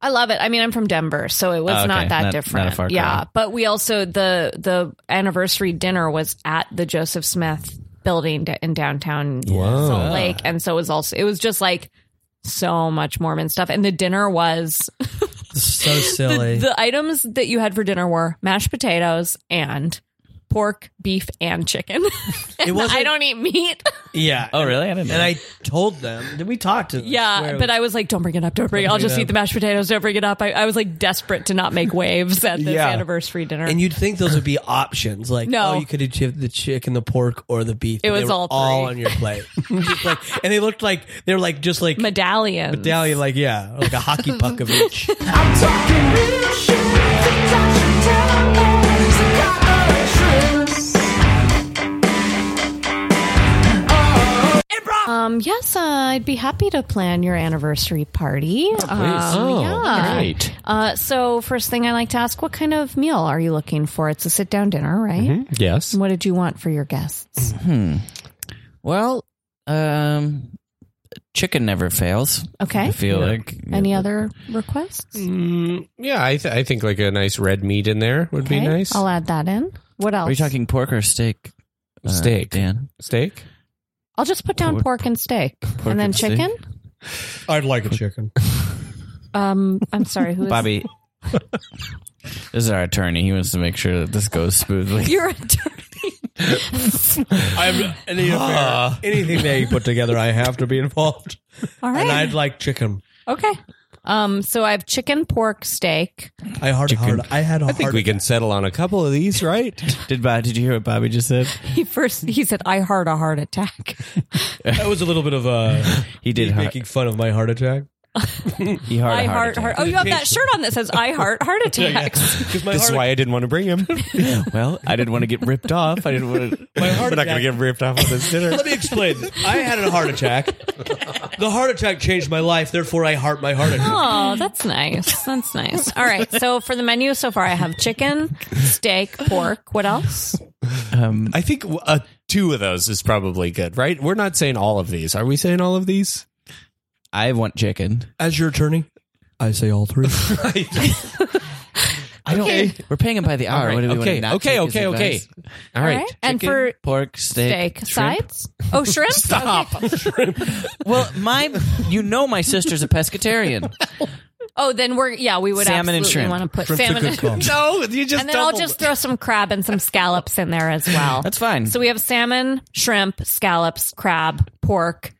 D: I love it. I mean, I'm from Denver, so it was
B: Oh, okay.
D: not that
B: Not-
D: different.
B: not a far
D: yeah,
B: cry.
D: but we also the the anniversary dinner was at the Joseph Smith building d- in downtown Salt Lake, and so it was also it was just like so much Mormon stuff, and the dinner was
E: so
D: the,
E: silly.
D: the items that you had for dinner were mashed potatoes and pork, beef, and chicken. and
E: wasn't-
D: I don't eat meat.
E: yeah.
B: Oh, really? I didn't know.
E: And I told them. Did we talk to them?
D: yeah,
E: Where-
D: but I was like, don't bring it up. Don't bring it. I'll
E: bring it
D: just
E: up.
D: eat the mashed potatoes. Don't bring it up. I, I was like desperate to not make waves at this
E: Yeah.
D: anniversary dinner.
E: And you'd think those would be options, like
D: No.
E: oh, you could have the chicken, the pork, or the beef.
D: It
E: but they
D: was
E: were
D: all three.
E: all on your plate, Just like, and they looked like they were like just like
D: medallions.
E: medallion, like yeah, like a hockey puck of each.
F: I'm talking real shit. The touch and tell is a goddess.
D: Um, yes, uh, I'd be happy to plan your anniversary party. Um,
C: oh,
D: yeah.
C: right.
D: Uh, so first thing I like to ask, what kind of meal are you looking for? It's a sit down dinner, right?
C: Yes.
B: Mm-hmm.
D: What did you want for your guests?
B: well, um, chicken never fails.
D: Okay.
B: I feel like
D: Any other requests?
C: Mm, Yeah, I, th- I think like a nice red meat in there would be
D: Okay,
C: nice.
D: I'll add that in. What else?
B: Are you talking pork or steak? uh,
C: steak.
B: Dan.
C: Steak?
D: I'll just put down
B: Pork-
D: pork and steak, and then
B: and steak.
D: chicken.
E: I'd like a chicken.
D: Um, I'm sorry, who is
B: Bobby. this is our attorney. He wants to make sure that this goes smoothly.
D: Your attorney.
E: I'm any
C: Ah.
E: affair, anything they put together, I have to be involved,
D: All
E: and
D: right.
E: I'd like chicken.
D: Okay. Um, so I have chicken, pork, steak.
E: I hard, hard I had a
C: I think we can settle on a couple of these, right?
B: Did Bob, Did you hear what Bobby just said?
D: He first he said, "I heart a heart attack."
E: That was a little bit of a
B: He did. Heart,
E: making fun of my heart attack.
B: he hard.
D: I
B: a heart.
D: heart heart.
B: attack.
D: Oh, you have that shirt on that says "I heart heart attacks."
E: Because my
C: this is
E: heart,
C: why I didn't want to bring him.
B: Well, I didn't want to get ripped off. I didn't want to.
E: my heart
C: We're not going to
E: attack-
C: get ripped off on this dinner.
E: Let me explain. this. I had a heart attack. The heart attack changed my life. Therefore, I heart my heart attack.
D: Oh, that's nice. That's nice. All right. So for the menu so far, I have chicken, steak, pork. What else?
C: I think uh, two of those is probably good, right? We're not saying all of these. Are we saying all of these?
B: I want chicken.
E: As your attorney, I say all three.
B: I don't.
D: Okay.
B: We're paying him by the hour. What do we want to
C: okay,
B: not
C: okay,
B: take his
C: okay, okay.
B: advice?
C: All right.
D: And for
B: pork steak,
D: steak
B: shrimp.
D: sides. Oh, shrimp. Stop.
B: Well, my, you know, my sister's a pescatarian.
D: Oh, then we're yeah, we would
B: Salmon and
D: absolutely
B: shrimp.
D: want to put
E: Shrimp's a
D: salmon
E: good
D: and
E: call.
C: No, you just
D: and then I'll
C: doubled.
D: just throw some crab and some scallops in there as well.
B: That's fine.
D: So we have salmon, shrimp, scallops, crab, pork,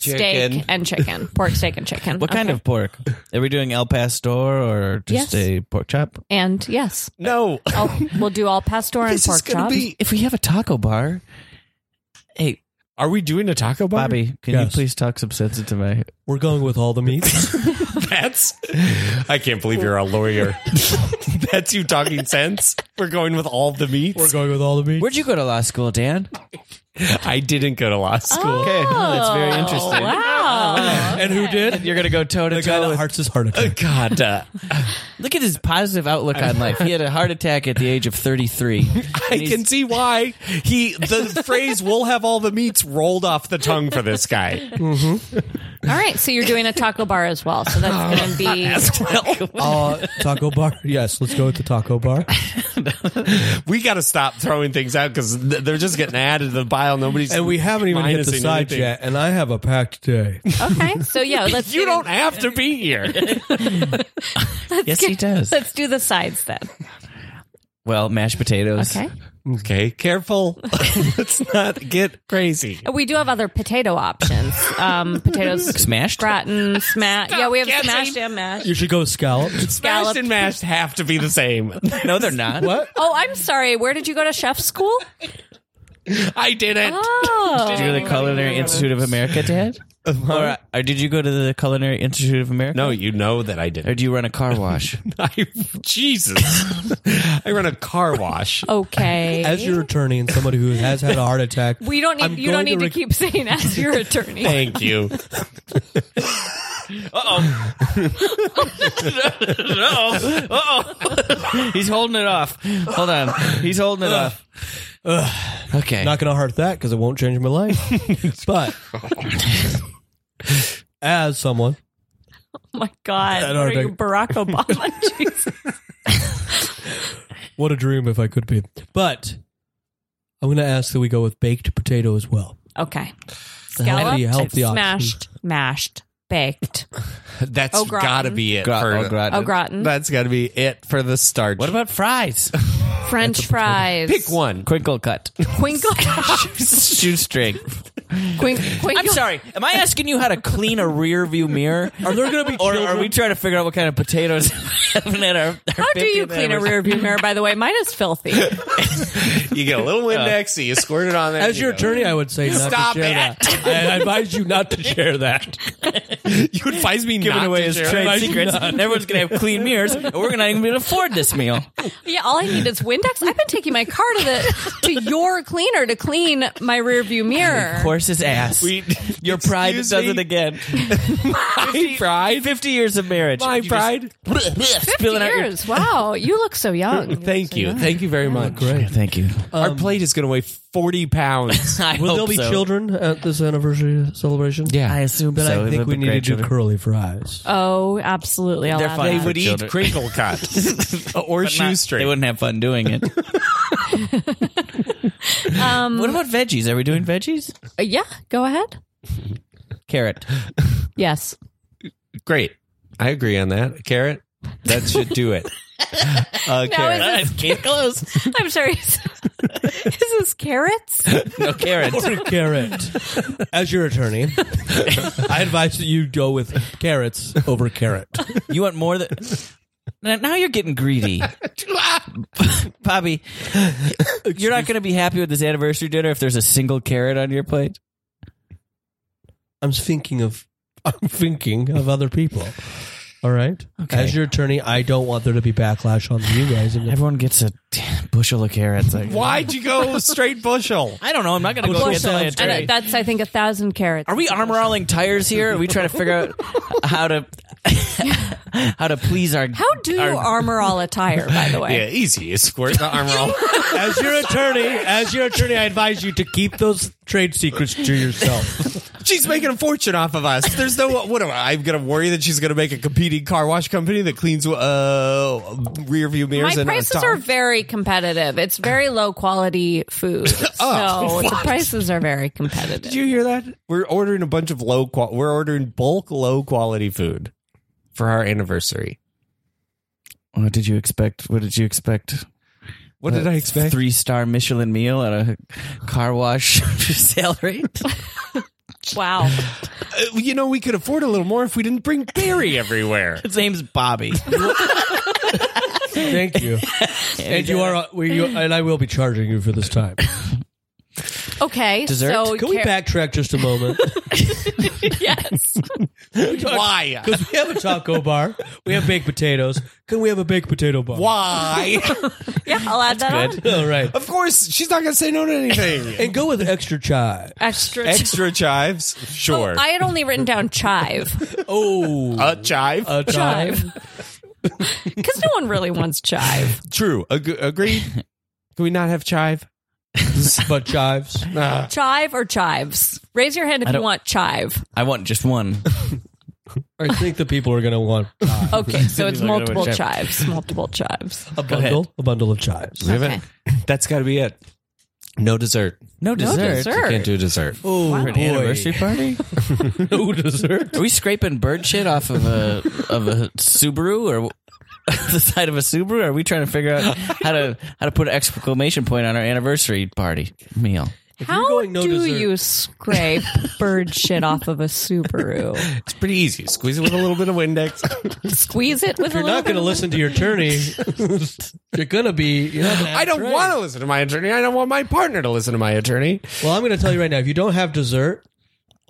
C: Chicken.
D: steak, and chicken. Pork, steak, and chicken.
B: What kind of pork? Are we doing El Pastor or just
D: Yes.
B: a pork chop?
D: And yes,
C: no.
D: I'll, we'll do all pastor and
C: This is
D: pork
C: going to
D: chops.
C: be.
B: If we have a taco bar, hey
C: Are we doing a taco bar?
B: Bobby, can
E: Yes.
B: you please talk some sense into my?
E: We're going with all the meats.
C: That's. I can't believe you're a lawyer. That's you talking sense. We're going with all the meats.
E: We're going with all the meats.
B: Where'd you go to law school, Dan?
C: I didn't go to
D: Oh.
C: law school.
B: Okay, well, Oh, that's very interesting.
D: Wow.
E: and who did?
B: You're gonna go toe to
E: The guy
B: toe
E: that
B: with.
E: hearts his heart attack.
C: God, uh,
B: Look at his positive outlook on life. He had a heart attack at the age of 33.
C: I can see why he the phrase "we'll have all the meats" rolled off the tongue for this guy.
D: All right, so you're doing a taco bar as well. So that's going to be Oh.
E: Uh, taco bar. Yes, let's go with the taco bar.
C: We got to stop throwing things out because th- they're just getting added to the pile. Nobody's
E: And we haven't even hit the
C: minusing
E: sides
C: anything.
E: yet. And I have a packed day.
D: okay. So yeah, let's
C: You
D: do-
C: don't have to be here.
B: yes, he does.
D: Let's do the sides then.
B: Well, mashed potatoes.
D: Okay.
C: Okay, careful. Let's not get crazy.
D: We do have other potato options. Um, potatoes
B: Smashed?
D: gratin, smash. Yeah, we have smashed and mashed.
E: You should go with scallops.
D: Scallop.
C: Smashed and mashed have to be the same.
B: No, they're not.
E: What?
D: Oh, I'm sorry. Where did you go to chef school?
C: I didn't.
B: Did you go
D: Oh,
B: to the Culinary Institute of America, Dad? Or, or did you go to the Culinary Institute of America?
C: Uh-huh. No, you know that I didn't.
B: Or do you run a car wash?
C: I, Jesus. I run a car wash.
D: okay.
E: As your attorney and somebody who has had a heart attack,
D: we don't need.
E: I'm
D: you don't
E: going
D: need to,
E: rec-
D: keep saying as your attorney.
C: Thank you.
B: He's holding it off. Hold on. He's holding it off. Okay.
E: Not going to heart that because it won't change my life. but as someone,
D: Oh my God,
E: I
D: what
E: don't
D: are you
E: think-
D: Barack Obama? Jesus.
E: what a dream if I could be. But I'm going to ask that we go with baked potato as well.
D: Okay.
E: healthy-
D: Scalloped,
E: healthy option.
D: smashed, mashed, baked.
C: That's
D: Au gratin.
C: gotta be it.
B: Gra-
C: for-
B: oh, gratin.
D: Au gratin.
C: That's gotta be it for the starch.
B: What about fries?
D: French fries.
C: pick one?
B: Crinkle cut.
D: Quinkle.
B: Shoestring.
D: Quink, quinkle.
B: I'm sorry. Am I asking you how to clean a rear view mirror? Are there going to be Or are we trying to figure out what kind of potatoes we're having at our, our
D: How do you
B: 50th
D: clean a
B: anniversary?
D: rear view mirror, by the way? Mine is filthy.
C: You get a little Windex, you squirt it on there.
E: As
C: you
E: your
C: go.
E: attorney, I would say not
C: Stop
E: to share
C: it.
E: that. I, I advise you not to share that.
C: You advise me
B: Giving
C: not
B: away
C: to
B: his
C: share
B: trade
C: it?
B: secrets. And everyone's going to have clean mirrors, and we're not even going to afford this meal.
D: Yeah, all I need is Windex. I've been taking my car to the to your cleaner to clean my rear view mirror.
B: Horse's ass.
C: We-
B: Your pride
C: Excuse
B: does it
C: me?
B: again. My pride. Fifty years of marriage.
C: My
B: You just
C: pride.
B: spilling out your-
D: Years. Wow, you look so young.
C: Thank you. Thank you
E: Oh,
C: very much.
B: Yeah, Thank you.
C: Our plate is going to weigh 40 pounds.
B: I
E: Will
B: hope
E: there be
B: so.
E: children at this anniversary celebration?
C: Yeah.
B: I assume
E: Then
B: so.
E: I think
B: It'll
E: we
B: be
E: need to
B: great
E: do
B: children.
E: curly fries.
D: Oh, absolutely. I'll
B: They're
D: add
B: fine.
C: they
D: that.
B: for
C: would eat
B: children.
C: crinkle cut or shoestring.
B: They wouldn't have fun doing it. um, what about veggies? Are we doing veggies?
D: Uh, yeah, go ahead.
B: Carrot.
D: Yes.
C: Great. I agree on that. Carrot, that should do it. Uh, carrot.
D: is
B: That's case close.
D: I'm sorry. Is, is this carrots?
B: No carrots.
E: Or carrot. As your attorney, I advise that you go with carrots over carrot.
B: You want more than. Now, now you're getting greedy. Bobby, you're not going to be happy with this anniversary dinner if there's a single carrot on your plate.
E: I'm thinking of I'm thinking of other people. All right. As your attorney, I don't want there to be backlash on you guys. And
B: Everyone gets a bushel of carrots. Like,
C: Why'd you go straight bushel?
B: I don't know. I'm not going to go
E: Bushel
B: get the
E: sounds
D: And, uh,
B: lantern.
D: that's I think a thousand carrots.
B: Are we arm rolling tires here? Are we trying to figure out how to how to please our?
D: How do you
B: our-
D: armor all a tire? By the way,
C: Yeah, easy. You squirt the arm roll.
E: as your attorney, as your attorney, I advise you to keep those trade secrets to yourself.
C: she's making a fortune off of us. There's no. What am I? I'm gonna worry that she's gonna make a competing car wash company that cleans uh rear view mirrors.
D: my
C: and
D: prices
C: uh,
D: are very competitive. It's very low quality food, so the prices are very competitive.
C: Did you hear that? We're ordering a bunch of low qual. We're ordering bulk low quality food for our anniversary.
B: What did you expect? What did you expect?
C: What did I expect?
B: Three star Michelin meal at a car wash salary.
D: wow.
C: Uh, you know, we could afford a little more if we didn't bring Barry everywhere.
B: His name's Bobby.
E: Thank you. And you are uh, we, you, and I will be charging you for this time.
D: Okay.
B: Dessert?
D: So
E: Can we
D: car-
E: backtrack just a moment?
D: Yes.
C: Why?
E: Because we have a taco bar, we have baked potatoes. Can we have a baked potato bar?
C: Why?
D: Yeah, I'll add that on.
E: All right.
C: of course, she's not gonna say no to anything.
E: And go with extra chive.
D: Extra.
C: Extra chives, sure.
D: I had only written down chive
E: Oh,
C: a chive.
E: a chive.
D: because no one really wants chive.
C: True. Ag- agreed. Can we not have chive?
E: But chives.
D: Chive or chives? Raise your hand if you
B: don't-
D: want chive.
B: I want just one.
E: I think the people are going to want chive.
D: Okay, so it's
B: People are gonna
D: multiple
B: want
D: chives. Multiple chives.
E: a bundle, a bundle of chives.
D: Okay.
C: That's got to be it. No dessert.
B: No dessert.
D: dessert.
C: Can't do dessert.
E: Oh,
B: For an anniversary party?
E: no dessert.
B: Are we scraping bird shit off of a of a Subaru or the side of a Subaru? Are we trying to figure out how to how to put an exclamation point on our anniversary party meal?
D: How
E: going no
D: do
E: dessert-
D: you scrape bird shit off of a Subaru?
C: It's pretty easy. Squeeze it with a little bit of Windex.
D: Squeeze it with a
E: You're
D: little
E: not going
D: bit
E: to
D: of-
E: listen to your attorney. You're going to be. You're not gonna have
C: I don't
E: trade.
C: want to listen to my attorney. I don't want my partner to listen to my attorney.
E: Well, I'm going to tell you right now. If you don't have dessert,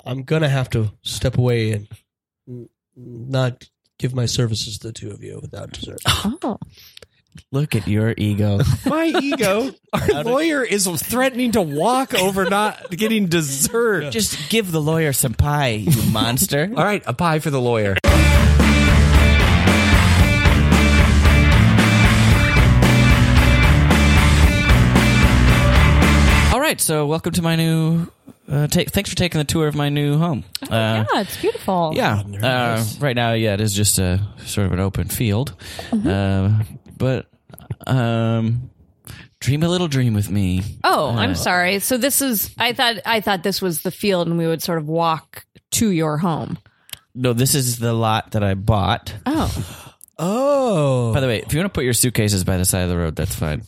E: I'm going to have to step away and not give my services to the two of you without dessert.
D: Oh.
B: Look at your ego.
C: My ego. Our lawyer is threatening to walk over not getting dessert.
B: Just give the lawyer some pie, you monster.
C: All right, a pie for the lawyer.
B: All right, so welcome to my new. Uh, take, thanks for taking the tour of my new home. Uh,
D: Yeah, Ah, it's beautiful.
B: yeah, uh, right now, yeah, it is just a sort of an open field,
D: Mm-hmm.
B: uh, but um, dream a little dream with me.
D: Oh, I'm sorry. So this is I thought I thought this was the field and we would sort of walk to your home.
B: No, this is the lot that I bought.
D: Oh.
E: Oh,
B: By the way, if you want to put your suitcases by the side of the road, that's fine.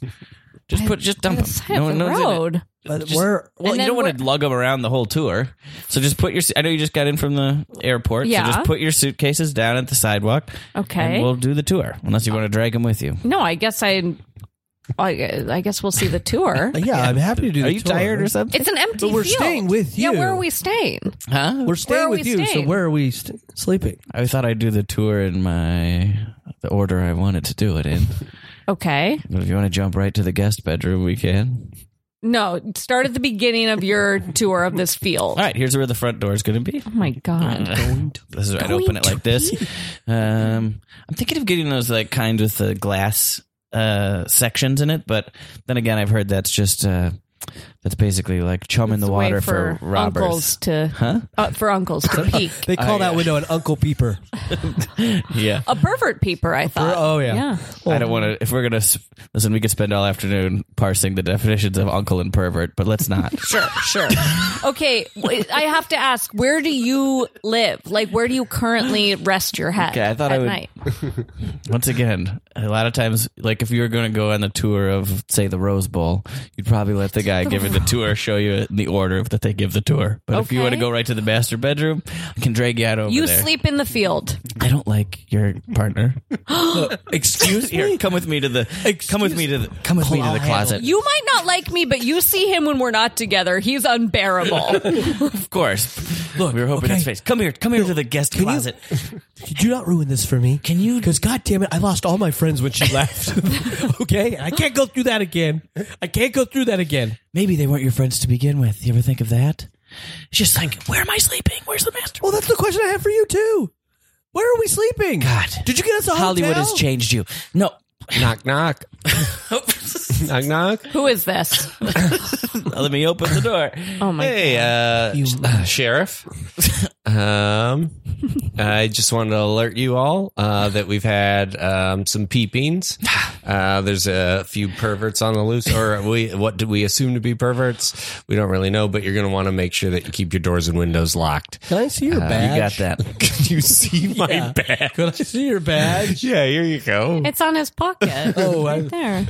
B: Just put, just dump
D: The
B: them.
D: side
E: Oh,
D: of the
B: one's in it.
D: road.
E: but we're
B: Well,
D: And
B: you
D: then
B: don't want
D: what-
B: to lug them around the whole tour. So just put your. I know you just got in from the airport.
D: Yeah.
B: So just put your suitcases down at the sidewalk.
D: Okay. Oh.
B: And we'll do the tour, unless you want to drag them with you.
D: No, I guess I I I guess we'll see the tour.
E: yeah, I'm happy to do.
B: Are
E: the
B: you
E: tour.
B: tired or something?
D: It's an empty
E: But we're
D: field.
E: staying with
D: Yeah,
E: you.
D: where are we staying?
B: Huh?
E: We're staying
D: Where are
E: with
D: we
E: you,
D: staying?
E: so where are we st- sleeping?
B: I thought I'd do the tour in my the order I wanted to do it in.
D: Okay.
B: But if you want to jump right to the guest bedroom, we can.
D: No, start at the beginning of your tour of this field.
B: All right. Here's where the front door is going to be.
D: Oh my
E: Uh,
D: god.
B: This is I'd open it like this. Um, I'm thinking of getting those like kind with the glass uh, sections in it, but then again, I've heard that's just uh, that's basically like chum in the
D: It's a way
B: water for, robbers.
D: Uncles to uh, for uncles to peek.
E: They call that
B: yeah.
E: window an Uncle Peeper.
B: Yeah.
D: A pervert peeper, I thought.
E: oh, yeah.
D: yeah.
B: I don't want to. If we're gonna s- listen, we could spend all afternoon parsing the definitions of uncle and pervert, but let's not.
D: Sure, sure. Okay, wait, I have to ask, where do you live? Like, where do you currently rest your head?
B: Okay, I thought
D: at
B: I would-
D: Night?
B: Once again, a lot of times, like if you were going to go on the tour of, say, the Rose Bowl, you'd probably let the guy giving the tour show you it in the order that they give the tour. But if you want to
D: Okay.
B: go right to the master bedroom, I can drag you out over
D: You
B: there.
D: sleep in the field.
B: I don't like your partner. Excuse here, come with me to the. come with me to the. Come with me to the closet.
D: You might not like me, but you see him when we're not together. He's unbearable.
B: of course. Look, we were hoping his face. Come here. Come here to the guest
E: you-
B: closet.
E: Did you not ruin this for me? Can you? Because God damn it, I lost all my friends when she left. okay, I can't go through that again. I can't go through that again.
B: Maybe they weren't your friends to begin with. You ever think of that? It's just like, where am I sleeping? Where's the master?
E: Well, Oh, that's the question I have for you too. Where are we sleeping?
B: God.
E: did you get us a
B: Hollywood
E: hotel?
B: has changed you. No.
C: Knock, knock. knock, knock.
D: Who is this?
B: Let me open the door.
D: Oh my
C: Hey, uh, sh- uh, Sheriff. um, I just wanted to alert you all uh, that we've had um, some peepings. Uh, there's a few perverts on the loose, or we what do we assume to be perverts? We don't really know, but you're going to want to make sure that you keep your doors and windows locked. Uh,
E: Can I see your badge?
B: You got that.
C: Can you see my
E: Yeah.
C: bag?
E: Can I see your badge?
C: Yeah, here you go.
D: It's on his pocket.
E: Oh, I-
D: right there.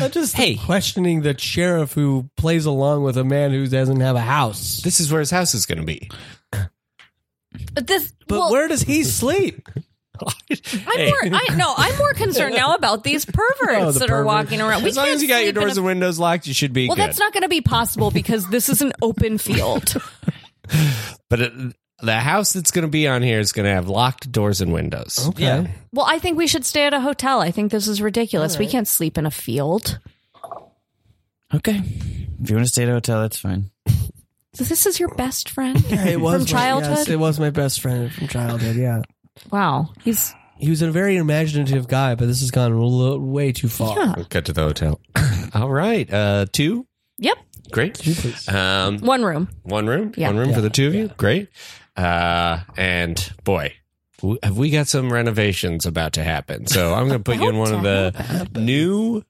E: I'm just
B: Hey.
E: questioning the sheriff who plays along with a man who doesn't have a house.
C: This is where his house is going to be.
D: But this.
E: But
D: well,
E: where does he sleep?
D: I'm more. I no. I'm more concerned now about these perverts
E: Oh, the
D: that are
E: perverts.
D: walking around. We
C: As long
D: can't
C: as you got your
D: sleep in
C: doors
D: a-
C: and windows locked, you should be
D: well,
C: good.
D: that's not going to be possible because this is an open field.
C: but it, the house that's going to be on here is going to have locked doors and windows.
B: Yeah.
D: well, I think we should stay at a hotel. I think this is ridiculous. We can't sleep in a field.
B: Okay. If you want to stay at a hotel, that's fine.
D: This is your best friend
E: It was
D: from childhood.
E: My, yes, it was my best friend from childhood. Yeah,
D: wow, he's
E: he was a very imaginative guy, but this has gone a little- way too far.
D: Yeah.
C: Cut to the hotel. All right. Uh, two.
D: yep.
C: Great. Um,
D: One room.
C: one room.
D: Yeah.
C: One room for the two of you. Great. Uh, and boy, w- have we got some renovations about to happen. So I'm going to put you in one of the new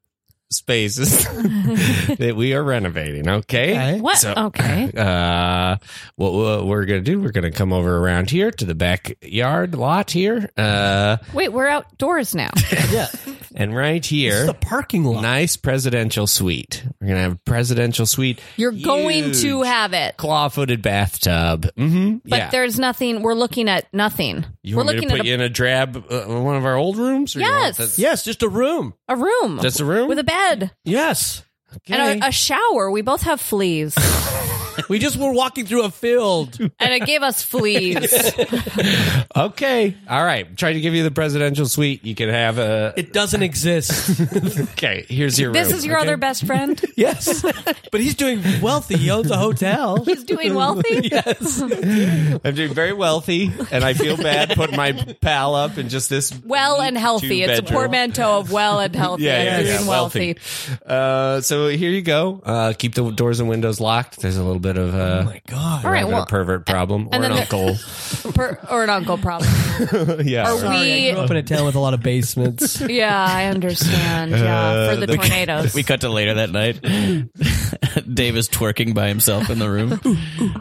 C: spaces that we are renovating. Okay.
E: Okay.
D: What? okay.
C: Uh, what, what we're gonna do? We're gonna come over around here to the backyard lot here, uh,
D: Wait, we're outdoors now.
E: Yeah.
C: and right here,
E: It's the parking lot.
C: nice presidential suite. We're gonna have a presidential suite.
D: You're going to
C: Huge
D: have it.
C: claw-footed bathtub. Mm-hmm.
D: But
C: yeah.
D: there's nothing. We're looking at nothing.
C: You
D: we're
C: want me to
D: looking
C: put
D: at a,
C: you in a drab uh, one of our old rooms? Or you want
D: Yes.
C: this-
E: yes, just a room.
D: a room.
C: Just a room?
D: with a bed
E: Yes.
D: and a, a shower. We both have fleas,
E: We just were walking through a field.
D: and it gave us fleas.
C: Okay. All right. Try to give you the presidential suite. You can have a.
E: It doesn't exist.
C: Okay. Here's your
D: this
C: room,
D: is your
C: okay?
D: other best friend.
E: yes. But he's doing wealthy. He owns a hotel.
D: He's doing wealthy.
C: I'm doing very wealthy, and I feel bad putting my pal up in just this.
D: Well and healthy. It's a
C: Two-bedroom.
D: portmanteau of well and healthy.
C: Yeah,
D: and
C: yeah,
D: doing
C: yeah,
D: wealthy.
C: Uh, so here you go. Uh, keep the doors and windows locked. There's a little bit of uh,
E: my God.
D: All
C: a
D: right,
C: little bit
D: well,
C: of pervert problem
D: and
C: or an
D: then
C: uncle.
D: per, or an uncle problem.
C: yeah.
D: Are
E: I
D: we?
E: grew up in a town with a lot of basements.
D: Yeah, I understand. Yeah, for the, tornadoes.
B: We cut to later that night. Dave is twerking by himself in the room.